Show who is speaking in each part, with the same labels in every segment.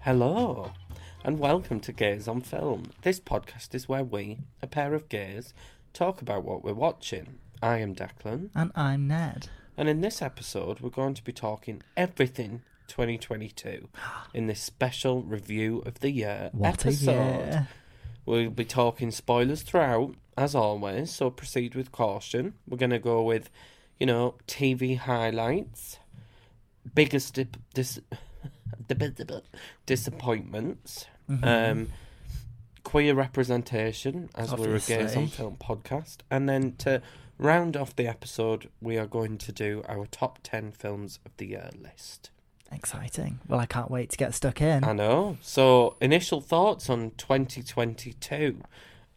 Speaker 1: Hello, and welcome to Gays on Film. This podcast is where we, a pair of gays, talk about what we're watching. I am Declan,
Speaker 2: And I'm Ned.
Speaker 1: and in this episode, we're going to be talking everything 2022 in this special review of the year
Speaker 2: What a
Speaker 1: episode.
Speaker 2: year.
Speaker 1: We'll be talking spoilers throughout, as always, so proceed with caution. We're going to go with, you know, TV highlights, biggest dip, dis, disappointments, um, queer representation, as we're a Gays
Speaker 2: Obviously.
Speaker 1: on Film podcast. And then to round off the episode, we are going to do our top 10 films of the year list.
Speaker 2: Exciting. Well, I can't wait to get stuck in.
Speaker 1: I know. So, initial thoughts on 2022.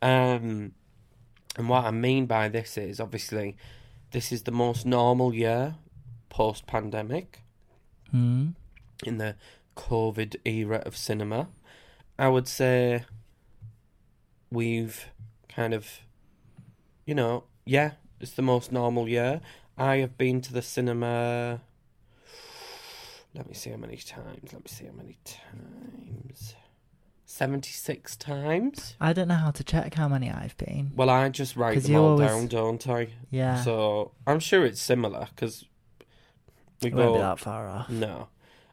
Speaker 1: Um, and what I mean by this is obviously, this is the most normal year post pandemic
Speaker 2: Hmm.
Speaker 1: in the COVID era of cinema. I would say we've kind of, you know, yeah, it's the most normal year. I have been to the cinema. Let me see how many times. Let me see how many times. 76 times.
Speaker 2: I don't know how to check how many I've been.
Speaker 1: Well, I just write
Speaker 2: 'Cause
Speaker 1: them
Speaker 2: you
Speaker 1: all
Speaker 2: always-
Speaker 1: down, don't I?
Speaker 2: Yeah.
Speaker 1: So I'm sure it's similar because we
Speaker 2: it
Speaker 1: go.
Speaker 2: won't be that far off.
Speaker 1: No.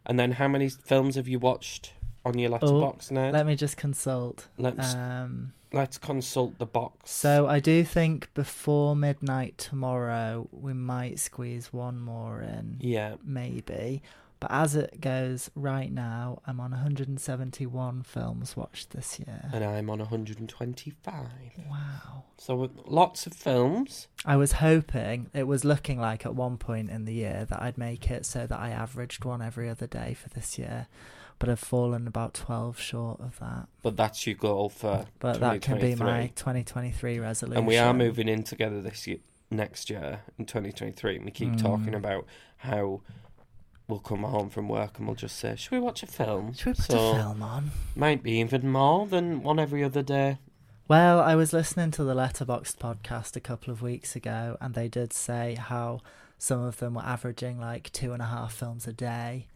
Speaker 1: And then how many films have you watched on your letterbox now?
Speaker 2: Oh, Let me just consult.
Speaker 1: Let's-
Speaker 2: Um,
Speaker 1: Let's consult the box.
Speaker 2: so I do think before midnight tomorrow we might squeeze one more in,
Speaker 1: yeah,
Speaker 2: maybe. But as it goes right now, I'm on 171 films watched this year.
Speaker 1: and I'm on 125.
Speaker 2: Wow.
Speaker 1: So uh, lots of films.
Speaker 2: I was hoping it was looking like at one point in the year that I'd make it so that I averaged one every other day for this year, but I've fallen about 12 short of that.
Speaker 1: But that's your goal for
Speaker 2: But that can be
Speaker 1: 2023.
Speaker 2: my 2023 resolution.
Speaker 1: And we are moving in together this year, next year in 2023. And we keep
Speaker 2: Mm.
Speaker 1: talking about how we'll come home from work and we'll just say, "Should we watch a film?"
Speaker 2: Should we put
Speaker 1: so
Speaker 2: a film on?
Speaker 1: might be even more than one every other day.
Speaker 2: Well, I was listening to the Letterboxd podcast a couple of weeks ago, and they did say how some of them were averaging like two and a half films a day.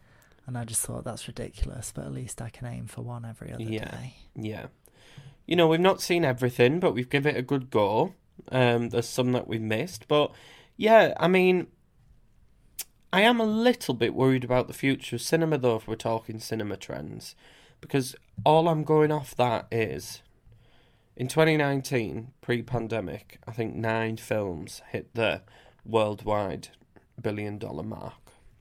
Speaker 2: And I just thought that's ridiculous, but at least I can aim for one every other
Speaker 1: Yeah.
Speaker 2: day.
Speaker 1: Yeah. You know, we've not seen everything, but we've given it a good go. Um, there's some that we've missed. But yeah, I mean, I am a little bit worried about the future of cinema, though, if we're talking cinema trends. Because all I'm going off that is in 2019, pre pandemic, I think nine films hit the worldwide billion dollar mark.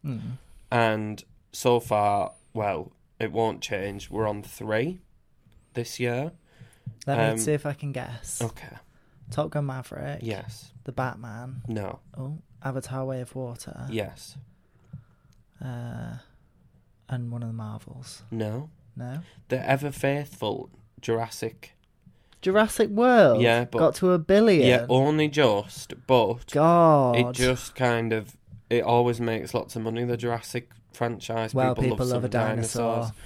Speaker 2: Mm.
Speaker 1: And so far, well, it won't change. We're on three this year.
Speaker 2: Let
Speaker 1: Um,
Speaker 2: me see if I can guess.
Speaker 1: Okay.
Speaker 2: Top Gun Maverick.
Speaker 1: Yes.
Speaker 2: The Batman.
Speaker 1: No.
Speaker 2: Oh, Avatar: Way of Water.
Speaker 1: Yes.
Speaker 2: Uh, and one of the Marvels.
Speaker 1: No.
Speaker 2: No.
Speaker 1: The ever faithful Jurassic.
Speaker 2: Jurassic World.
Speaker 1: Yeah, but-
Speaker 2: got to a billion.
Speaker 1: Yeah, only just, but
Speaker 2: God.
Speaker 1: it just kind of it always makes lots of money. The Jurassic franchise.
Speaker 2: well,
Speaker 1: people, love,
Speaker 2: a
Speaker 1: some
Speaker 2: dinosaur.
Speaker 1: dinosaurs.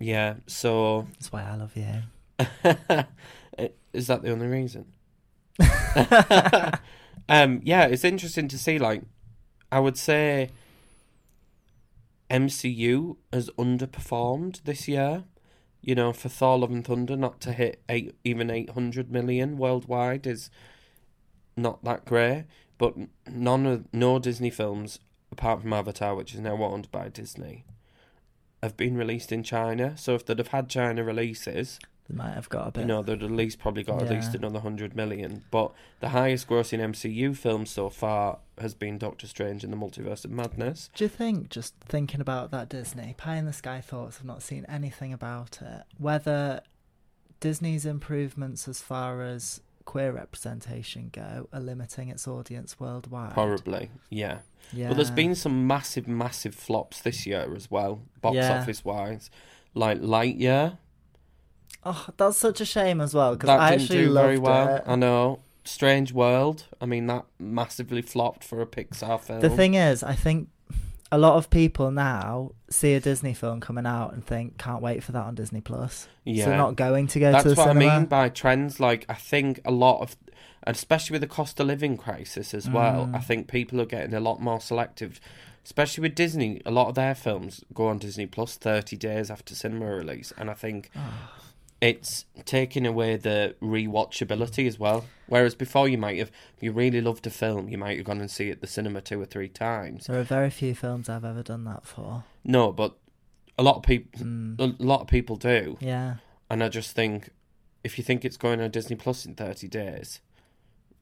Speaker 1: Yeah. So
Speaker 2: That's why I love you.
Speaker 1: is that the only reason? um, yeah, it's interesting to see. Like, I would say MCU has underperformed this year. You know, for Thor: Love and Thunder not to hit eight, even eight hundred million worldwide is not that great. But n- none of no Disney films apart from Avatar, which is now owned by Disney, have been released in China. So if they'd have had China releases,
Speaker 2: They might have got a bit.
Speaker 1: you know, they'd at least probably got at
Speaker 2: Yeah.
Speaker 1: least another 100 million. But the highest grossing MCU film so far has been Doctor Strange in the Multiverse of Madness.
Speaker 2: Do you think, just thinking about that Disney, Pie in the Sky thoughts, I've not seen anything about it, whether Disney's improvements as far as queer representation go are limiting its audience worldwide.
Speaker 1: Horribly, yeah.
Speaker 2: Yeah.
Speaker 1: But there's been some massive, massive flops this year as well, box
Speaker 2: Yeah.
Speaker 1: office wise. Like Lightyear,
Speaker 2: Oh, that's such a shame as well because
Speaker 1: that
Speaker 2: I
Speaker 1: didn't
Speaker 2: actually
Speaker 1: do very
Speaker 2: loved
Speaker 1: well.
Speaker 2: it.
Speaker 1: I know. Strange World, I mean that massively flopped for a Pixar film.
Speaker 2: The thing is, I think a lot of people now see a Disney film coming out and think, "Can't wait for that on Disney Plus."
Speaker 1: yeah,
Speaker 2: So not going to go
Speaker 1: that's
Speaker 2: to the
Speaker 1: what
Speaker 2: cinema.
Speaker 1: I mean by trends. Like I think a lot of, and especially with the cost of living crisis as well,
Speaker 2: Mm.
Speaker 1: I think people are getting a lot more selective. Especially with Disney, a lot of their films go on Disney Plus thirty days after cinema release, and I think
Speaker 2: Ah.
Speaker 1: it's taking away the rewatchability as well. Whereas before, you might have, if you really loved a film, you might have gone and see it at the cinema two or three times.
Speaker 2: There are very few films I've ever done that for. Hmm.
Speaker 1: No, but a lot of people, a lot of people do.
Speaker 2: Yeah.
Speaker 1: And I just think if you think it's going on Disney Plus in 30 days,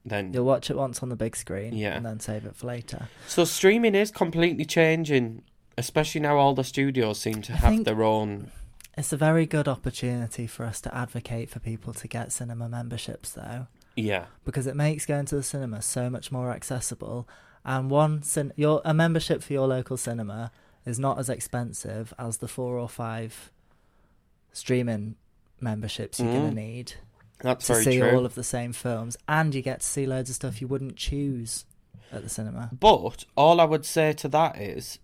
Speaker 1: then.
Speaker 2: You'll watch it once on the big screen
Speaker 1: Yeah.
Speaker 2: and then save it for later.
Speaker 1: So streaming is completely changing, especially now all the studios seem to
Speaker 2: I
Speaker 1: have
Speaker 2: think-
Speaker 1: their own.
Speaker 2: It's a very good opportunity for us to advocate for people to get cinema memberships, though,
Speaker 1: Yeah.
Speaker 2: because it makes going to the cinema so much more accessible. And one cin- your a membership for your local cinema is not as expensive as the four or five streaming memberships you're going
Speaker 1: Mm.
Speaker 2: to need
Speaker 1: That's
Speaker 2: to
Speaker 1: very
Speaker 2: see
Speaker 1: true.
Speaker 2: all of the same films, and you get to see loads of stuff you wouldn't choose at the cinema.
Speaker 1: But all I would say to that is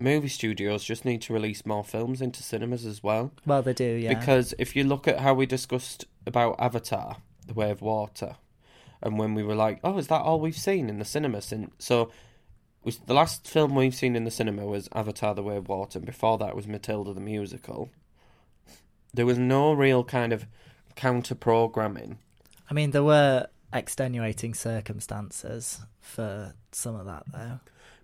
Speaker 1: movie studios just need to release more films into cinemas as well.
Speaker 2: Well, they do, yeah.
Speaker 1: Because if you look at how we discussed about Avatar, The Way of Water, and when we were like, oh, is that all we've seen in the cinema since? So was the last film we've seen in the cinema was Avatar, The Way of Water, and before that was Matilda the Musical. There was no real kind of counter programming.
Speaker 2: I mean, there were extenuating circumstances for some of that, though.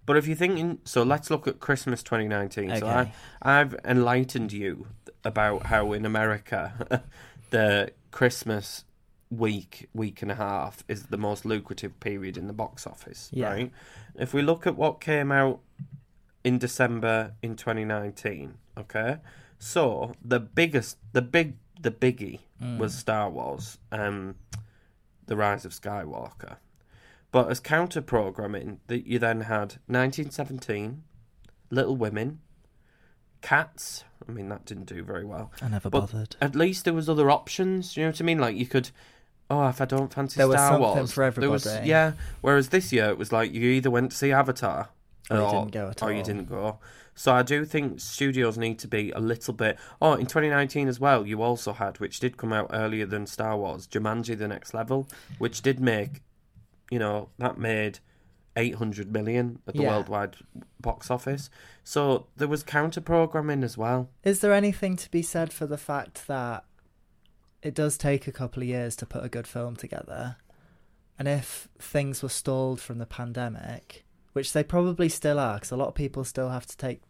Speaker 1: But if you're thinking, so let's look at Christmas 2019. So I,
Speaker 2: Okay.
Speaker 1: I've enlightened you about how in America the Christmas week, week and a half is the most lucrative period in the box office,
Speaker 2: Yeah.
Speaker 1: right? If we look at what came out in December in 2019, okay? So the biggest, the big, the biggie was Star Wars, um, The Rise of Skywalker. But as counter programming, that you then had 1917, Little Women, Cats. I mean, that didn't do very well.
Speaker 2: I never
Speaker 1: But-
Speaker 2: bothered.
Speaker 1: At least there was other options. You know what I mean? Like you could, oh, if I don't fancy
Speaker 2: There was
Speaker 1: Star
Speaker 2: something
Speaker 1: Wars,
Speaker 2: for
Speaker 1: there was-
Speaker 2: everybody.
Speaker 1: yeah. Whereas this year it was like you either went to see Avatar,
Speaker 2: Or you didn't go at
Speaker 1: or you
Speaker 2: all.
Speaker 1: didn't go. So I do think studios need to be a little bit. Oh, in 2019 as well, you also had, which did come out earlier than Star Wars, Jumanji: The Next Level, which did make, you know, that made 800 million at the
Speaker 2: Yeah.
Speaker 1: worldwide box office. So there was counter programming as well.
Speaker 2: Is there anything to be said for the fact that it does take a couple of years to put a good film together? And if things were stalled from the pandemic, which they probably still are, because a lot of people still have to take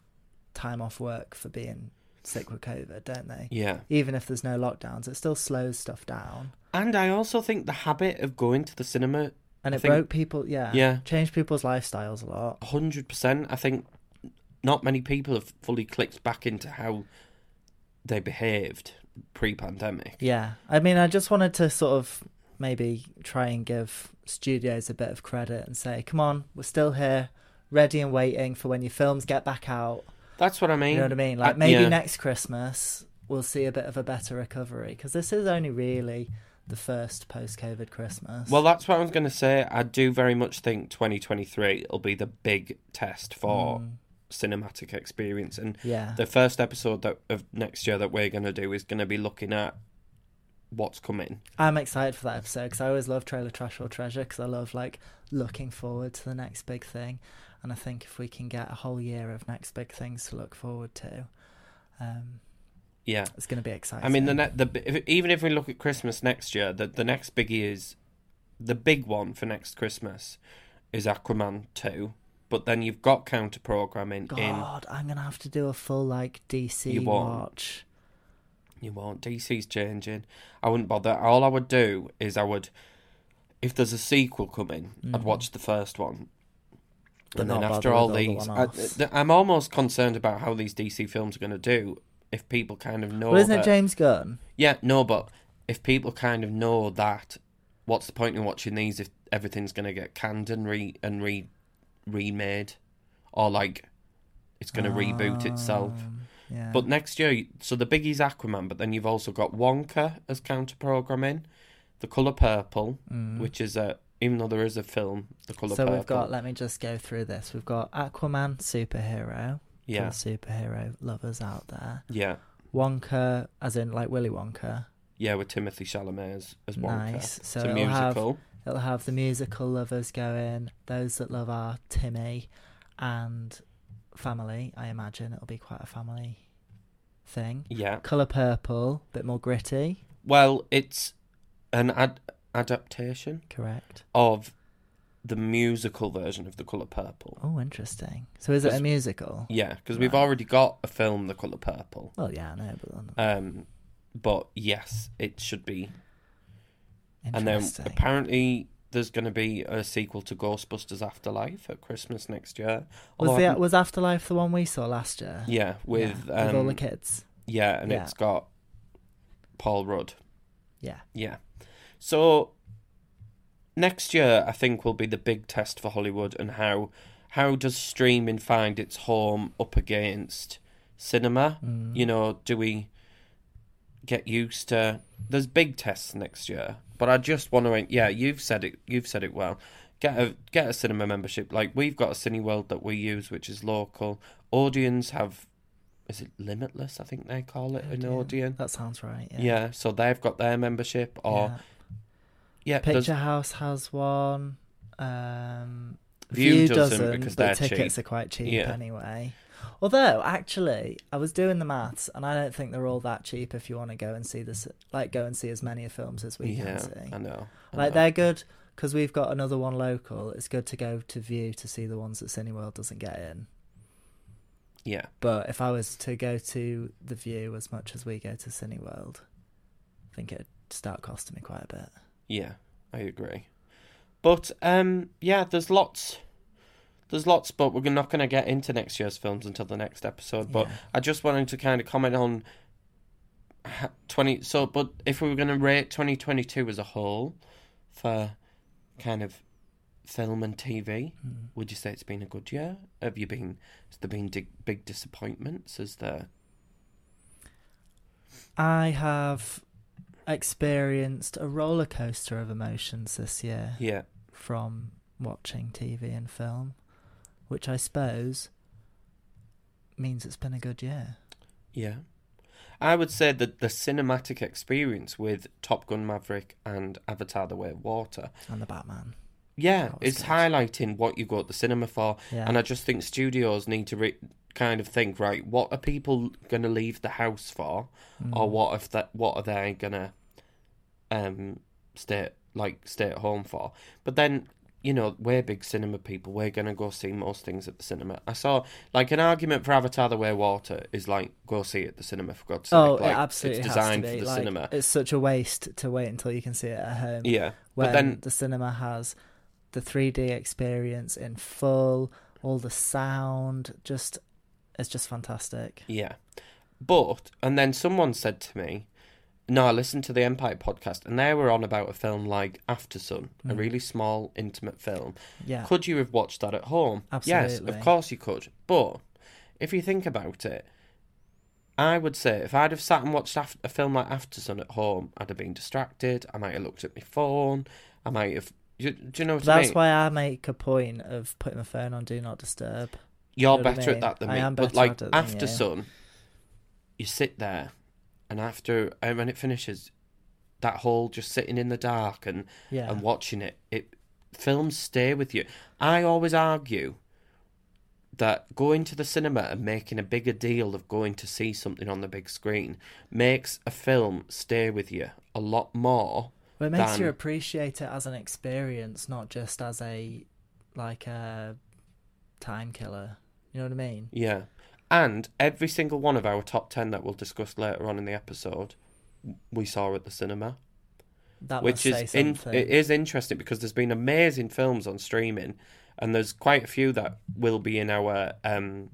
Speaker 2: time off work for being sick with COVID, don't they?
Speaker 1: Yeah.
Speaker 2: Even if there's no lockdowns, it still slows stuff down.
Speaker 1: And I also think the habit of going to the cinema,
Speaker 2: And
Speaker 1: I
Speaker 2: it
Speaker 1: think-
Speaker 2: broke people, yeah.
Speaker 1: Yeah.
Speaker 2: Changed people's lifestyles a lot.
Speaker 1: 100%, I think not many people have fully clicked back into how they behaved pre pandemic.
Speaker 2: Yeah, I mean, I just wanted to sort of maybe try and give studios a bit of credit and say, come on, we're still here, ready and waiting for when your films get back out.
Speaker 1: That's what I mean. Uh,
Speaker 2: You know what I mean? Like maybe
Speaker 1: yeah.
Speaker 2: next Christmas we'll see a bit of a better recovery because this is only really the first post-COVID Christmas.
Speaker 1: Well, that's what I was going to say. I do very much think 2023 will be the big test for
Speaker 2: Mm.
Speaker 1: cinematic experience. And
Speaker 2: yeah,
Speaker 1: the first episode that of next year that we're going to do is going to be looking at what's coming.
Speaker 2: I'm excited for that episode because I always love Trailer Trash or Treasure because I love like looking forward to the next big thing, and I think if we can get a whole year of next big things to look forward to. Um,
Speaker 1: Yeah.
Speaker 2: It's going to be exciting.
Speaker 1: I mean, the ne- the bi- if, even if we look at Christmas next year, the the next biggie is the big one for next Christmas is Aquaman two. But then you've got counter programming in.
Speaker 2: God, I'm going to have to do a full like DC
Speaker 1: You won't.
Speaker 2: watch.
Speaker 1: You won't. DC's changing. I wouldn't bother. All I would do is I would, if there's a sequel coming, I'd watch the first one.
Speaker 2: Mm-hmm. But
Speaker 1: and then
Speaker 2: not
Speaker 1: after
Speaker 2: bother
Speaker 1: all
Speaker 2: with all the
Speaker 1: these, I,
Speaker 2: one-offs.
Speaker 1: th- I'm almost concerned about how these DC films are going to do if people kind of know.
Speaker 2: Well, isn't
Speaker 1: that-
Speaker 2: it James Gunn?
Speaker 1: Yeah, no, but if people kind of know that, what's the point in watching these if everything's going to get canned and re and re remade, or like it's going to reboot itself?
Speaker 2: Um, Yeah.
Speaker 1: But next year, so the biggie's Aquaman, but then you've also got Wonka as counter programming, The Color Purple, which is a even though there is a film, The Color
Speaker 2: Hmm. mm. so
Speaker 1: Purple.
Speaker 2: we've got. Let me just go through this. We've got Aquaman superhero. for
Speaker 1: yeah,
Speaker 2: the superhero lovers out there.
Speaker 1: yeah,
Speaker 2: Wonka, as in like Willy Wonka.
Speaker 1: yeah, with Timothy Chalamet as, as Wonka.
Speaker 2: Nice. So
Speaker 1: it's a
Speaker 2: it'll have-
Speaker 1: musical.
Speaker 2: It'll have the musical lovers going, those that love our Timmy, and family. I imagine it'll be quite a family thing.
Speaker 1: Yeah.
Speaker 2: Color purple, bit more gritty.
Speaker 1: Well, it's an ad- adaptation
Speaker 2: Correct.
Speaker 1: of the musical version of The Color Purple.
Speaker 2: Oh, interesting. So is it a
Speaker 1: That's-
Speaker 2: musical?
Speaker 1: Yeah, because we've
Speaker 2: Right.
Speaker 1: already got a film, The Color Purple.
Speaker 2: Well, yeah, I know, but then-
Speaker 1: Um, but yes, it should be. And then
Speaker 2: interesting.
Speaker 1: apparently there's going to be a sequel to Ghostbusters Afterlife at Christmas next year. Although
Speaker 2: was
Speaker 1: I
Speaker 2: the
Speaker 1: haven't-
Speaker 2: was Afterlife the one we saw last year?
Speaker 1: yeah with
Speaker 2: Yeah, with
Speaker 1: um,
Speaker 2: all the kids.
Speaker 1: yeah, and
Speaker 2: yeah.
Speaker 1: it's got Paul Rudd.
Speaker 2: Yeah.
Speaker 1: Yeah. So next year I think will be the big test for Hollywood and how how does streaming find its home up against cinema?
Speaker 2: Mm.
Speaker 1: You know, do we get used to there's big tests next year. But I just want to yeah, you've said it you've said it well. Get a get a cinema membership. Like we've got a Cineworld that we use which is local. Audience have is it limitless, I think they call it an
Speaker 2: Audience.
Speaker 1: audience.
Speaker 2: Oh, That sounds right. Yeah.
Speaker 1: Yeah. so they've got their membership, or
Speaker 2: Yeah.
Speaker 1: yeah, there's-
Speaker 2: Picture House has one. Um,
Speaker 1: View
Speaker 2: View,
Speaker 1: doesn't
Speaker 2: doesn't,
Speaker 1: because
Speaker 2: but
Speaker 1: they're
Speaker 2: tickets
Speaker 1: cheap.
Speaker 2: are quite cheap
Speaker 1: Yeah.
Speaker 2: anyway. Although, actually, I was doing the maths, and I don't think they're all that cheap. If you want to go and see this, like go and see as many films as we
Speaker 1: yeah,
Speaker 2: can see,
Speaker 1: I know. I
Speaker 2: like
Speaker 1: know.
Speaker 2: they're good because we've got another one local. It's good to go to View to see the ones that Cineworld doesn't get in.
Speaker 1: yeah,
Speaker 2: But if I was to go to the View as much as we go to Cineworld, I think it'd start costing me quite a bit.
Speaker 1: yeah, I agree. But um, yeah, there's lots, there's lots, but we're not going to get into next year's films until the next episode. But
Speaker 2: Yeah.
Speaker 1: I just wanted to kind of comment on ha- twenty. So, but if we were going to rate 2022 as a whole for kind of film and TV,
Speaker 2: Hmm.
Speaker 1: would you say it's been a good year? Have you been? Has there been dig- big disappointments? Is there?
Speaker 2: I have experienced a roller coaster of emotions this year
Speaker 1: Yeah,
Speaker 2: from watching TV and film, which I suppose means it's been a good year.
Speaker 1: Yeah. I would say that the cinematic experience with Top Gun Maverick and Avatar The Way of Water,
Speaker 2: And the Batman.
Speaker 1: yeah,
Speaker 2: That was
Speaker 1: it's
Speaker 2: Oh, good.
Speaker 1: highlighting what you go to the cinema for.
Speaker 2: Yeah.
Speaker 1: And I just think studios need to re- kind of think, right, what are people going to leave the house for?
Speaker 2: Mm.
Speaker 1: Or what if that? what are they going to um, stay, like, stay at home for? But then, you know, we're big cinema people. We're going to go see most things at the cinema. I saw, like, an argument for Avatar The Way of Water is, like, go see it at the cinema, for God's sake.
Speaker 2: oh,
Speaker 1: like,
Speaker 2: it absolutely
Speaker 1: It's
Speaker 2: has
Speaker 1: designed
Speaker 2: to be.
Speaker 1: for the
Speaker 2: like,
Speaker 1: cinema.
Speaker 2: It's such a waste to wait until you can see it at home.
Speaker 1: Yeah.
Speaker 2: when
Speaker 1: But then,
Speaker 2: the cinema has the 3D experience in full, all the sound, just it's just fantastic.
Speaker 1: yeah. But, and then someone said to me, no, I listened to the Empire podcast, and they were on about a film like After Sun, a really small, intimate film.
Speaker 2: Mm. Yeah.
Speaker 1: Could you have watched that at home? Yes, of
Speaker 2: Absolutely.
Speaker 1: course you could. But if you think about it, I would say if I'd have sat and watched af- a film like After Sun at home, I'd have been distracted. I might have looked at my phone. I might have. Do, do you know what I mean?
Speaker 2: That's why I make a point of putting my phone on do not disturb.
Speaker 1: You're
Speaker 2: know what I
Speaker 1: better at
Speaker 2: mean?
Speaker 1: that than
Speaker 2: I
Speaker 1: me.
Speaker 2: am
Speaker 1: but
Speaker 2: better
Speaker 1: like
Speaker 2: at it than
Speaker 1: after
Speaker 2: you.
Speaker 1: sun, you sit there, and after and when it finishes, that whole just sitting in the dark and
Speaker 2: Yeah.
Speaker 1: and watching it, it films stay with you. I always argue that going to the cinema and making a bigger deal of going to see something on the big screen makes a film stay with you a lot more.
Speaker 2: Well, it makes you
Speaker 1: than-
Speaker 2: appreciate it as an experience, not just as a like a time killer. You know what I mean?
Speaker 1: Yeah. And every single one of our top 10 that we'll discuss later on in the episode, we saw at the cinema.
Speaker 2: That
Speaker 1: which
Speaker 2: must
Speaker 1: is
Speaker 2: say
Speaker 1: in,
Speaker 2: something.
Speaker 1: it is interesting because there's been amazing films on streaming, and there's quite a few that will be in our um,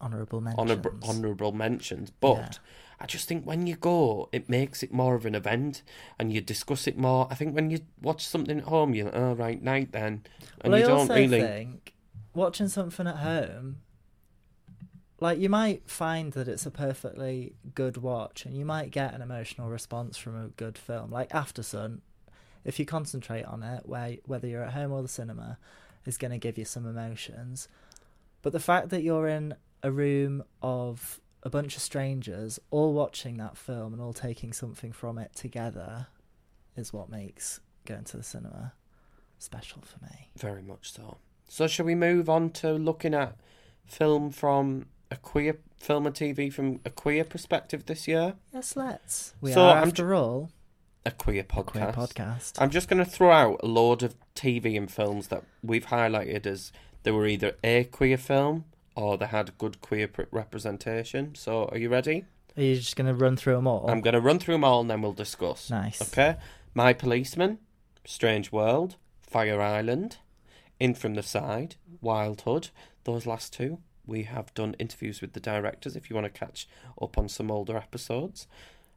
Speaker 2: honorable mentions.
Speaker 1: honorable honorable mentions. But I just think when you go, it makes it more of an event, and you discuss it more. I think when you watch something at home, you're like, oh right, night then, and
Speaker 2: well,
Speaker 1: you
Speaker 2: I
Speaker 1: don't
Speaker 2: also
Speaker 1: really.
Speaker 2: think watching something at home, like you might find that it's a perfectly good watch, and you might get an emotional response from a good film, like After Sun. If you concentrate on it, where, whether you're at home or the cinema, is going to give you some emotions. But the fact that you're in a room of a bunch of strangers, all watching that film and all taking something from it together, is what makes going to the cinema special for me.
Speaker 1: Very much so. So, shall we move on to looking at film from a queer film and TV from a queer perspective this year?
Speaker 2: Yes, let's. We
Speaker 1: So,
Speaker 2: are,
Speaker 1: I'm
Speaker 2: after all,
Speaker 1: A queer
Speaker 2: a queer
Speaker 1: podcast.
Speaker 2: podcast.
Speaker 1: I'm just going to throw out a load of TV and films that we've highlighted as they were either a queer film or they had good queer pr- representation. So, are you ready?
Speaker 2: Are you just going to run through them all?
Speaker 1: I'm going to run through them all and then we'll discuss.
Speaker 2: Nice.
Speaker 1: Okay. My Policeman, Strange World, Fire Island, In From the Side, Wild Hood. Those last two, we have done interviews with the directors if you want to catch up on some older episodes.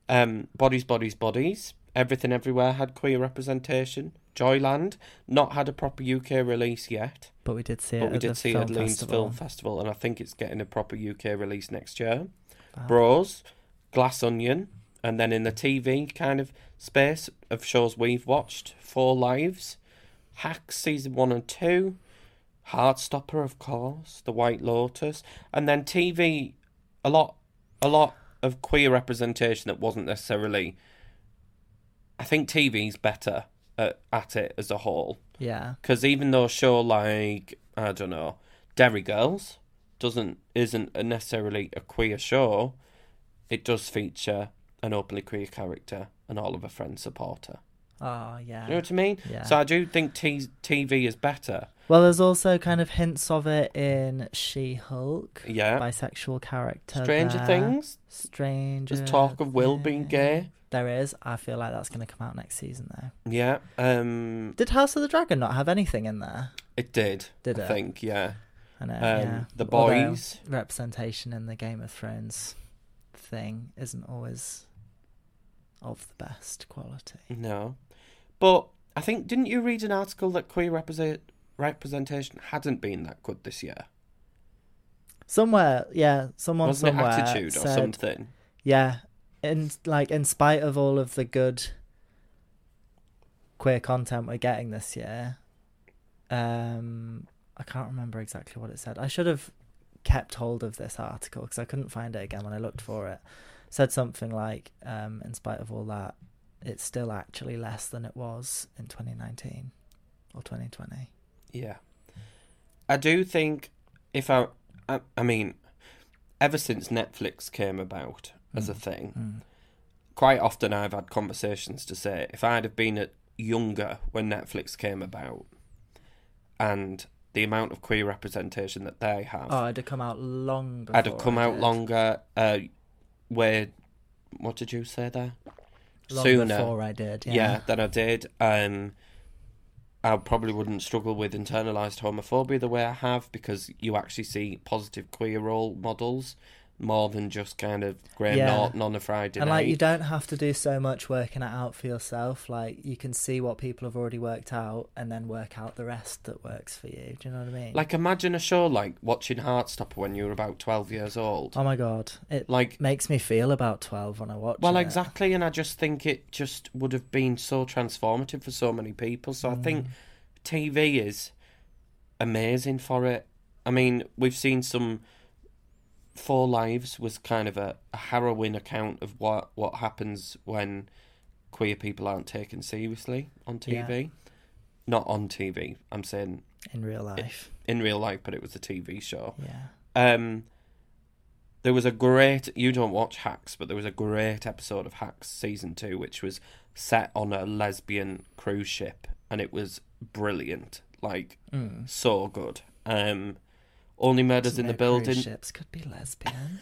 Speaker 1: Um, Bodies, Bodies, Bodies. Everything Everywhere had queer representation. Joyland, not had a proper UK release yet,
Speaker 2: But we did see it
Speaker 1: but we
Speaker 2: at the
Speaker 1: did see it
Speaker 2: film
Speaker 1: at Leeds
Speaker 2: festival.
Speaker 1: Film Festival, and I think it's getting a proper UK release next year.
Speaker 2: Wow.
Speaker 1: Bros, Glass Onion, and then in the TV kind of space of shows we've watched, Four Lives, Hacks season one and two, Heartstopper of course, The White Lotus, and then TV, a lot, a lot of queer representation that wasn't necessarily. I think TV's better at, at it as a whole
Speaker 2: Yeah.
Speaker 1: because even though a show like I don't know Derry Girls doesn't isn't a necessarily a queer show, it does feature an openly queer character and all of a friend supporter.
Speaker 2: Oh,
Speaker 1: Do you know
Speaker 2: yeah.
Speaker 1: what I mean?
Speaker 2: Yeah.
Speaker 1: So I do think t- TV is better.
Speaker 2: Well, there's also kind of hints of it in She Hulk,
Speaker 1: Yeah.
Speaker 2: bisexual character.
Speaker 1: Stranger
Speaker 2: there.
Speaker 1: Things.
Speaker 2: Stranger.
Speaker 1: There's talk of Will being gay.
Speaker 2: There is. I feel like that's going to come out next season, though.
Speaker 1: Yeah. Um.
Speaker 2: Did House of the Dragon not have anything in there?
Speaker 1: It did.
Speaker 2: Did
Speaker 1: I
Speaker 2: it?
Speaker 1: think. Yeah.
Speaker 2: I know.
Speaker 1: Um.
Speaker 2: yeah.
Speaker 1: The
Speaker 2: Although
Speaker 1: boys.
Speaker 2: representation in the Game of Thrones thing isn't always of the best quality.
Speaker 1: No. But I think didn't you read an article that queer represent- representation hadn't been that good this year?
Speaker 2: Somewhere, yeah, someone
Speaker 1: Wasn't
Speaker 2: somewhere
Speaker 1: it attitude or
Speaker 2: said,
Speaker 1: something?
Speaker 2: Yeah, in like in spite of all of the good queer content we're getting this year, um, I can't remember exactly what it said. I should have kept hold of this article because I couldn't find it again when I looked for it. Said something like, um, in spite of all that, it's still actually less than it was in 2019 or 2020.
Speaker 1: Yeah. I do think if I, I, I mean, ever since Netflix came about as a thing,
Speaker 2: Mm.
Speaker 1: quite often I've had conversations to say if I'd have been at younger when Netflix came about, and the amount of queer representation that they have,
Speaker 2: Oh, I'd have come out long before.
Speaker 1: I'd have come
Speaker 2: I
Speaker 1: out
Speaker 2: did.
Speaker 1: longer. Uh, where, what did you say there?
Speaker 2: long before I did. Yeah.
Speaker 1: yeah. than I did. Um, I probably wouldn't struggle with internalized homophobia the way I have because you actually see positive queer role models more than just kind of Graham
Speaker 2: Yeah.
Speaker 1: Norton on a Friday
Speaker 2: And
Speaker 1: night.
Speaker 2: like you don't have to do so much working it out for yourself. Like you can see what people have already worked out, and then work out the rest that works for you. Do you know what I mean?
Speaker 1: Like, imagine a show like watching Heartstopper when you were about twelve years old.
Speaker 2: oh my god, it
Speaker 1: like,
Speaker 2: makes me feel about twelve when I watch.
Speaker 1: well,
Speaker 2: it.
Speaker 1: exactly, and I just think it just would have been so transformative for so many people. So I think TV is amazing for it. I mean, we've seen some. Four Lives was kind of a, a harrowing account of what what happens when queer people aren't taken seriously on
Speaker 2: Yeah.
Speaker 1: TV. Not on TV. I'm saying
Speaker 2: Mm, in real life.
Speaker 1: in real life, but it was a TV show.
Speaker 2: yeah.
Speaker 1: Um, there was a great. You don't watch Hacks, but there was a great episode of Hacks season two, which was set on a lesbian cruise ship, and it was brilliant. Like
Speaker 2: Mm.
Speaker 1: so good. Um, only murders in the
Speaker 2: No cruise
Speaker 1: building.
Speaker 2: Ships could be lesbian.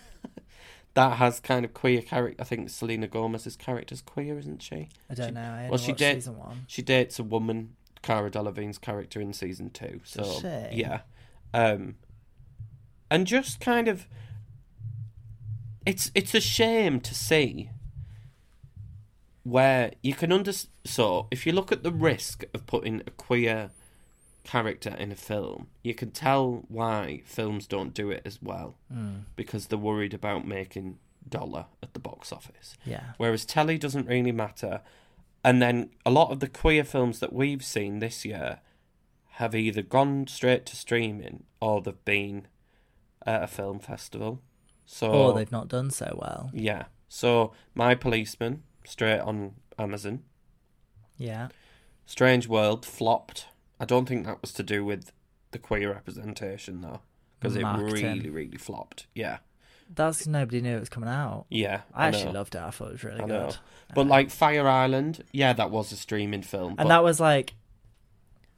Speaker 1: That has kind of queer character. I think Selena Gomez's character's queer, isn't she?
Speaker 2: I don't know. I
Speaker 1: well,
Speaker 2: only
Speaker 1: she
Speaker 2: watched
Speaker 1: did-
Speaker 2: season one.
Speaker 1: She dates a woman, Cara Delevingne's character in season two. So
Speaker 2: Does she?
Speaker 1: yeah, um, and just kind of it's it's a shame to see where you can under so if you look at the risk of putting a queer character in a film, you can tell why films don't do it as well
Speaker 2: Mm,
Speaker 1: because they're worried about making dollar at the box office.
Speaker 2: Yeah.
Speaker 1: Whereas telly doesn't really matter, and then a lot of the queer films that we've seen this year have either gone straight to streaming or they've been at a film festival. So
Speaker 2: Or they've not done so well.
Speaker 1: yeah. So my policeman straight on Amazon.
Speaker 2: Yeah.
Speaker 1: Strange World flopped. I don't think that was to do with the queer representation though, because it
Speaker 2: Marketing.
Speaker 1: really, really flopped. Yeah,
Speaker 2: That's nobody knew it was coming out.
Speaker 1: yeah.
Speaker 2: I, actually
Speaker 1: know.
Speaker 2: loved it. I thought it was really
Speaker 1: I know.
Speaker 2: good.
Speaker 1: But like Fire Island, yeah, that was a streaming film. but
Speaker 2: Um, And that was like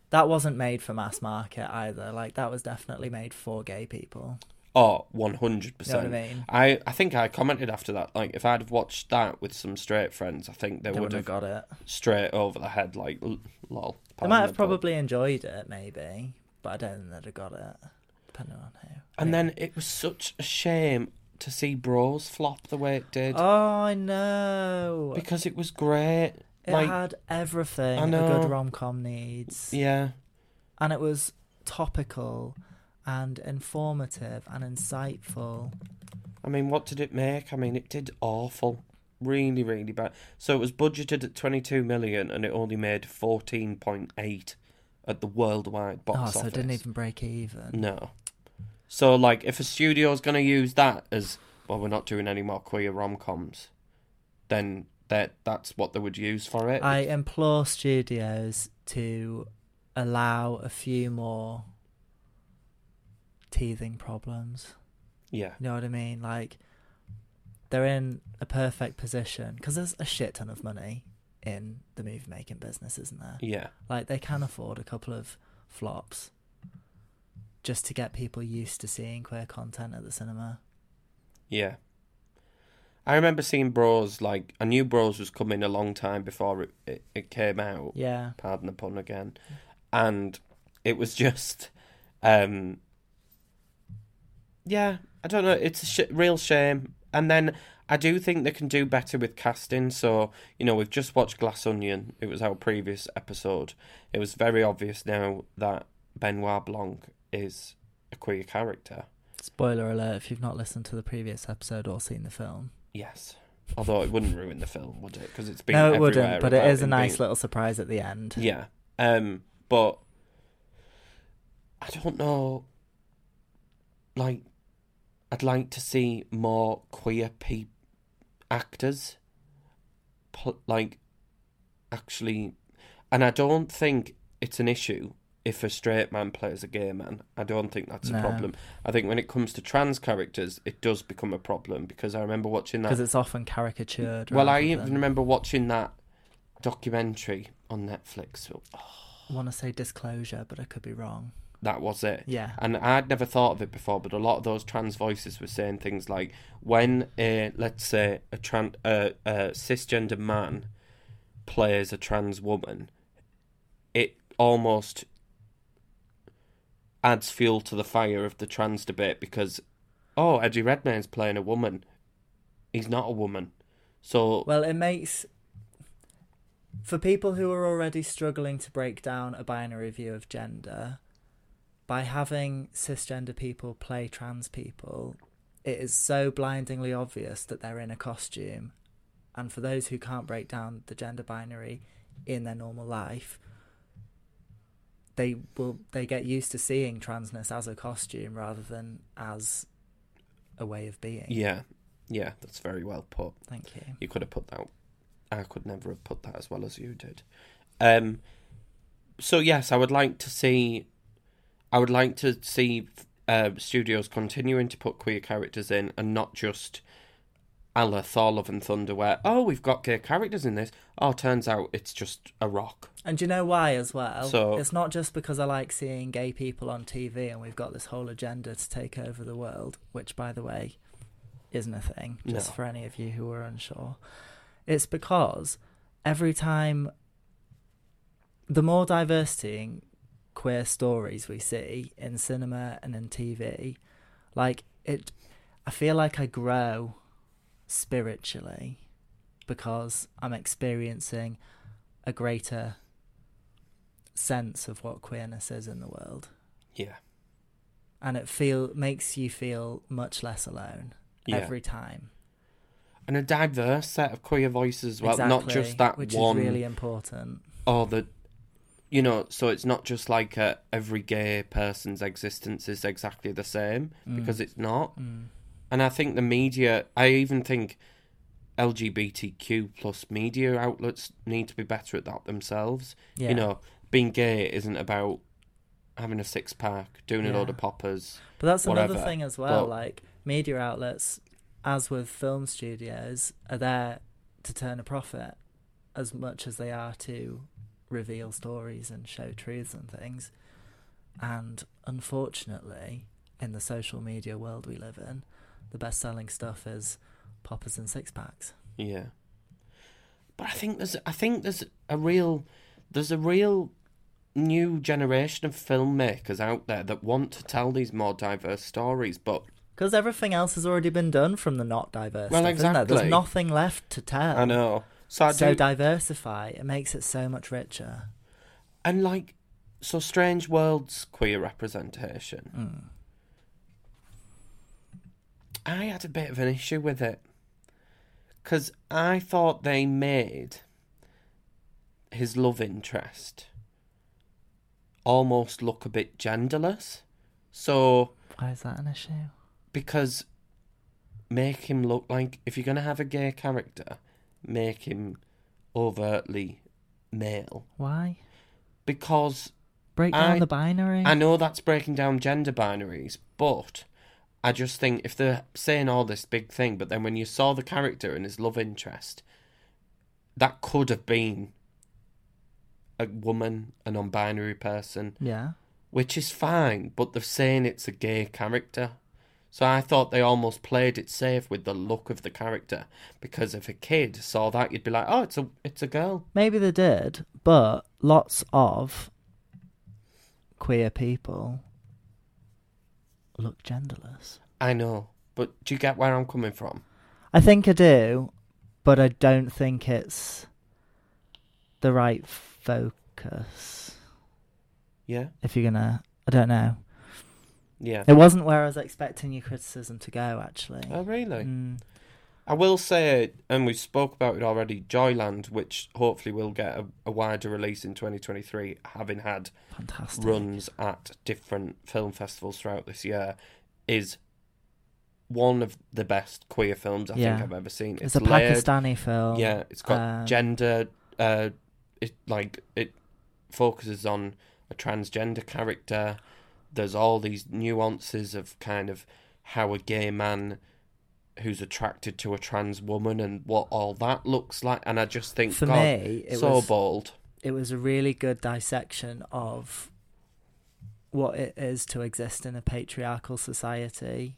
Speaker 2: that wasn't made for mass market either. Like that was definitely made for gay people.
Speaker 1: Oh, 100%.
Speaker 2: You know what I mean?
Speaker 1: I, I think I commented after that, like, if I'd have watched that with some straight friends, I think they,
Speaker 2: They
Speaker 1: would
Speaker 2: wouldn't
Speaker 1: have
Speaker 2: have got it.
Speaker 1: straight over the head, like, l- lol.
Speaker 2: They
Speaker 1: pardon
Speaker 2: might
Speaker 1: the pun.
Speaker 2: have probably enjoyed it, maybe, but I don't think they'd have got it. Depending on who.
Speaker 1: And then it was such a shame to see Bros flop the way it did
Speaker 2: Oh, I know.
Speaker 1: because it was great.
Speaker 2: It
Speaker 1: like,
Speaker 2: had everything
Speaker 1: I
Speaker 2: a
Speaker 1: know.
Speaker 2: good rom com needs,
Speaker 1: yeah.
Speaker 2: and it was topical, and informative, and insightful.
Speaker 1: I mean, what did it make? I mean, it did awful. Really, really bad. So it was budgeted at 22 million and it only made 14.8 at the worldwide box
Speaker 2: oh,
Speaker 1: office.
Speaker 2: so it didn't even break even.
Speaker 1: No. So, like, if a studio's going to use that as, well, we're not doing any more queer rom coms, then that that's what they would use for it.
Speaker 2: I implore studios to allow a few more teething problems.
Speaker 1: yeah.
Speaker 2: You know what I mean? Like they're in a perfect position because there's a shit ton of money in the movie making business, isn't there?
Speaker 1: Yeah.
Speaker 2: Like they can afford a couple of flops just to get people used to seeing queer content at the cinema.
Speaker 1: Yeah. I remember seeing Bros, like, I knew Bros was coming a long time before it, it, it came out.
Speaker 2: Yeah.
Speaker 1: pardon the pun again. And it was just, um, yeah, I don't know. It's a sh- real shame. And then I do think they can do better with casting. So, you know, we've just watched Glass Onion. It was our previous episode. It was very obvious now that Benoit Blanc is a queer character.
Speaker 2: Spoiler alert if you've not listened to the previous episode or seen the film.
Speaker 1: Yes. Although it wouldn't ruin the film, would it? Because it's been
Speaker 2: no, it
Speaker 1: everywhere
Speaker 2: wouldn't, but it
Speaker 1: about
Speaker 2: is a
Speaker 1: him being-
Speaker 2: nice little surprise at the end.
Speaker 1: Yeah. Um but I don't know like I'd like to see more queer pe- actors pl- like actually and I don't think it's an issue if a straight man plays a gay man. I don't think that's a
Speaker 2: No.
Speaker 1: problem. I think when it comes to trans characters it does become a problem because I remember watching that
Speaker 2: Because it's often caricatured.
Speaker 1: Well, I
Speaker 2: rather
Speaker 1: even
Speaker 2: than-
Speaker 1: remember watching that documentary on Netflix
Speaker 2: want to say disclosure, but I could be wrong.
Speaker 1: that was it.
Speaker 2: Yeah.
Speaker 1: And I'd never thought of it before, but a lot of those trans voices were saying things like, when a let's say a trans a, a cisgender man plays a trans woman, it almost adds fuel to the fire of the trans debate because, oh, Eddie Redmayne's playing a woman, he's not a woman, so
Speaker 2: Well, it makes. For people who are already struggling to break down a binary view of gender, by having cisgender people play trans people, it is so blindingly obvious that they're in a costume. And for those who can't break down the gender binary in their normal life, they will they get used to seeing transness as a costume rather than as a way of being.
Speaker 1: yeah, yeah, that's very well put.
Speaker 2: Thank you.
Speaker 1: You could have put that. I could never have put that as well as you did. Um. So yes, I would like to see. I would like to see uh, studios continuing to put queer characters in, and not just a la Thor Love and Thunder, where oh we've got gay characters in this. Oh, turns out it's just a rock.
Speaker 2: And do you know why as well?
Speaker 1: So-
Speaker 2: it's not just because I like seeing gay people on TV and we've got this whole agenda to take over the world, which, by the way, isn't a thing, just
Speaker 1: No.
Speaker 2: for any of you who are unsure. It's because every time the more diversity in queer stories we see in cinema and in TV, like it, I feel like I grow spiritually because I'm experiencing a greater sense of what queerness is in the world.
Speaker 1: Yeah.
Speaker 2: And it feel makes you feel much less alone
Speaker 1: Yeah.
Speaker 2: every time.
Speaker 1: And a diverse set of queer voices as well, not just that
Speaker 2: which
Speaker 1: one
Speaker 2: is really important.
Speaker 1: or the you know, so it's not just like uh, every gay person's existence is exactly the same because it's not.
Speaker 2: Mm.
Speaker 1: And I think the media, I even think LGBTQ plus media outlets need to be better at that themselves.
Speaker 2: Yeah.
Speaker 1: You know, being gay isn't about having a six pack, doing a
Speaker 2: Yeah.
Speaker 1: load of poppers.
Speaker 2: But that's another
Speaker 1: whatever,
Speaker 2: thing as well.
Speaker 1: but-
Speaker 2: Like media outlets, as with film studios, are there to turn a profit as much as they are to reveal stories and show truths and things. And unfortunately, in the social media world we live in, the best selling stuff is poppers and six packs.
Speaker 1: Yeah. But I think there's I think there's a real there's a real new generation of filmmakers out there that want to tell these more diverse stories, but
Speaker 2: Because everything else has already been done from the not diverse
Speaker 1: Well,
Speaker 2: stuff, isn't there? There's
Speaker 1: exactly.
Speaker 2: nothing left to tell.
Speaker 1: I know. So I
Speaker 2: so
Speaker 1: do,
Speaker 2: diversify, it makes it so much richer.
Speaker 1: and like so Strange Worlds queer representation.
Speaker 2: Mm.
Speaker 1: I had a bit of an issue with it cuz I thought they made his love interest almost look a bit genderless. So
Speaker 2: Why is that an issue?
Speaker 1: because make him look like if you're gonna have a gay character, make him overtly male.
Speaker 2: Why?
Speaker 1: Because
Speaker 2: Break
Speaker 1: down I- the
Speaker 2: binary.
Speaker 1: I know that's breaking down gender binaries, but I just think if they're saying all this big thing, but then when you saw the character and his love interest, that could have been a woman, a non binary person,
Speaker 2: yeah.
Speaker 1: which is fine, but they're saying it's a gay character. So I thought they almost played it safe with the look of the character because if a kid saw that, you'd be like, "Oh, it's a it's a girl."
Speaker 2: Maybe they did, but lots of queer people look genderless.
Speaker 1: I know, but do you get where I'm coming from?
Speaker 2: I think I do, but I don't think it's the right focus.
Speaker 1: Yeah,
Speaker 2: If you're gonna, I don't know.
Speaker 1: yeah.
Speaker 2: It wasn't where I was expecting your criticism to go, actually.
Speaker 1: Oh, really?
Speaker 2: Mm,
Speaker 1: I will say, and we spoke about it already. Joyland, which hopefully will get a, a wider release in 2023, having had
Speaker 2: fantastic.
Speaker 1: runs at different film festivals throughout this year is one of the best queer films I
Speaker 2: Yeah.
Speaker 1: think I've ever seen.
Speaker 2: It's, a
Speaker 1: layered.
Speaker 2: Pakistani film.
Speaker 1: Yeah, it's got
Speaker 2: um,
Speaker 1: gender. Uh, it like it focuses on a transgender character. There's all these nuances of kind of how a gay man who's attracted to a trans woman and what all that looks like. And I just think,
Speaker 2: For
Speaker 1: God,
Speaker 2: me, it
Speaker 1: so
Speaker 2: was
Speaker 1: bold.
Speaker 2: it was a really good dissection of what it is to exist in a patriarchal society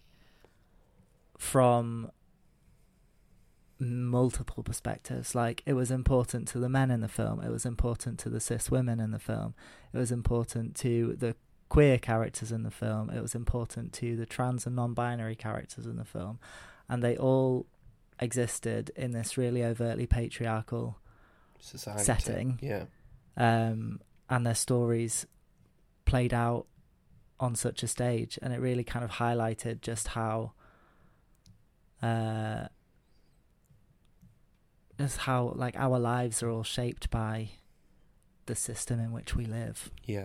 Speaker 2: from multiple perspectives like it was important to the men in the film it was important to the cis women in the film it was important to the queer characters in the film it was important to the trans and non-binary characters in the film and they all existed in this really overtly patriarchal
Speaker 1: Society.
Speaker 2: setting.
Speaker 1: Yeah.
Speaker 2: um, and their stories played out on such a stage, and it really kind of highlighted just how, uh, just how like our lives are all shaped by the system in which we live.
Speaker 1: Yeah.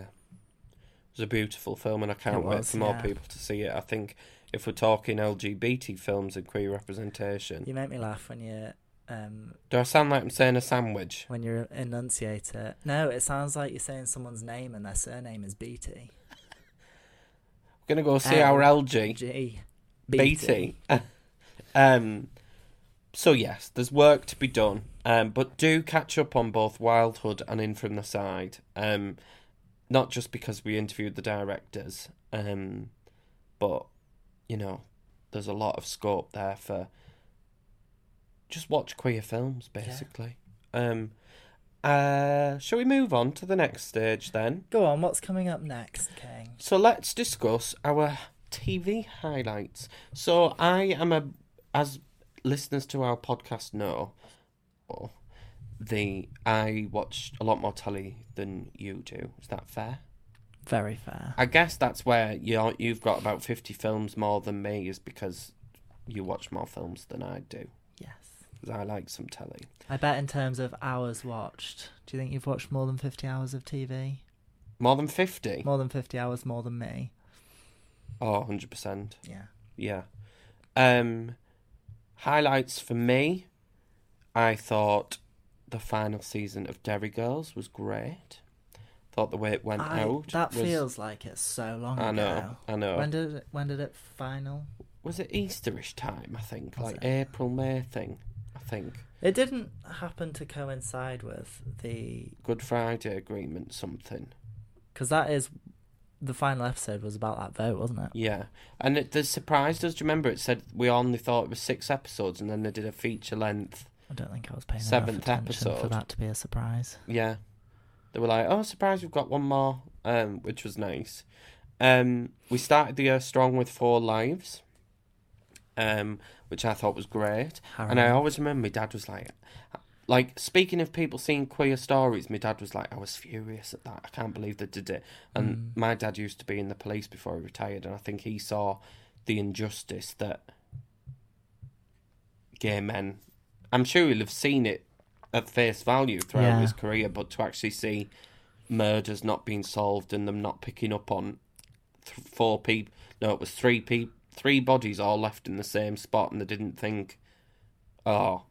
Speaker 1: It was a beautiful film, and I can't
Speaker 2: It
Speaker 1: wait
Speaker 2: was,
Speaker 1: for more
Speaker 2: yeah.
Speaker 1: people to see it. I think if we're talking LGBT films and queer representation,
Speaker 2: You make me laugh when you um,
Speaker 1: do I sound like I'm saying a sandwich?
Speaker 2: when you enunciate it. No, it sounds like you're saying someone's name and their surname is Beatty.
Speaker 1: We're gonna go see
Speaker 2: Um,
Speaker 1: our LG
Speaker 2: G. E.
Speaker 1: BT. um, so yes, there's work to be done, um, but do catch up on both Wildhood and In From the Side. Um, not just because we interviewed the directors, um, but you know, there's a lot of scope there for just watch queer films, basically. Um, uh, shall we move on to the next stage then?
Speaker 2: Go on, what's coming up next, King?
Speaker 1: So let's discuss our TV highlights. So I am a, as listeners to our podcast know, the I watch a lot more telly than you do. Is that fair?
Speaker 2: Very fair.
Speaker 1: I guess that's where you you've got about fifty films more than me is because you watch more films than I do.
Speaker 2: Yes.
Speaker 1: 'Cause I like some telly.
Speaker 2: I bet in terms of hours watched, do you think you've watched more than 50 hours of TV?
Speaker 1: More than fifty.
Speaker 2: More than 50 hours more than me.
Speaker 1: Oh, 100 percent.
Speaker 2: Yeah.
Speaker 1: Yeah. Um, highlights for me, I thought the final season of Derry Girls was great. Thought the way it went
Speaker 2: I,
Speaker 1: out.
Speaker 2: that
Speaker 1: was-
Speaker 2: feels like it's so long
Speaker 1: I know.
Speaker 2: ago.
Speaker 1: I know.
Speaker 2: When did it, when did it final?
Speaker 1: was it Easterish time? I think
Speaker 2: Was
Speaker 1: like
Speaker 2: it?
Speaker 1: April May thing. I think
Speaker 2: It didn't happen to coincide with the
Speaker 1: Good Friday Agreement something.
Speaker 2: because that is the final episode was about that vote, wasn't it?
Speaker 1: Yeah, and it, they surprised us. Do you remember it said we only thought it was six episodes, and then they did a feature length
Speaker 2: I don't think I was paying
Speaker 1: Seventh
Speaker 2: enough attention for
Speaker 1: episode.
Speaker 2: that to be a surprise.
Speaker 1: Yeah. They were like, oh, surprise, we've got one more, um, which was nice. Um, we started the year strong with Four Lives, um, which I thought was great. And I
Speaker 2: Harrowing.
Speaker 1: always remember my dad was like, like, speaking of people seeing queer stories, my dad was like, I was furious at that. I can't believe they did it. And my dad used to be in the police before he retired, and I think he saw the injustice that gay men. I'm sure he'll have seen it at face value throughout
Speaker 2: Yeah.
Speaker 1: his career, but to actually see murders not being solved and them not picking up on th- four people, no, it was three people, three bodies all left in the same spot, and they didn't think, oh,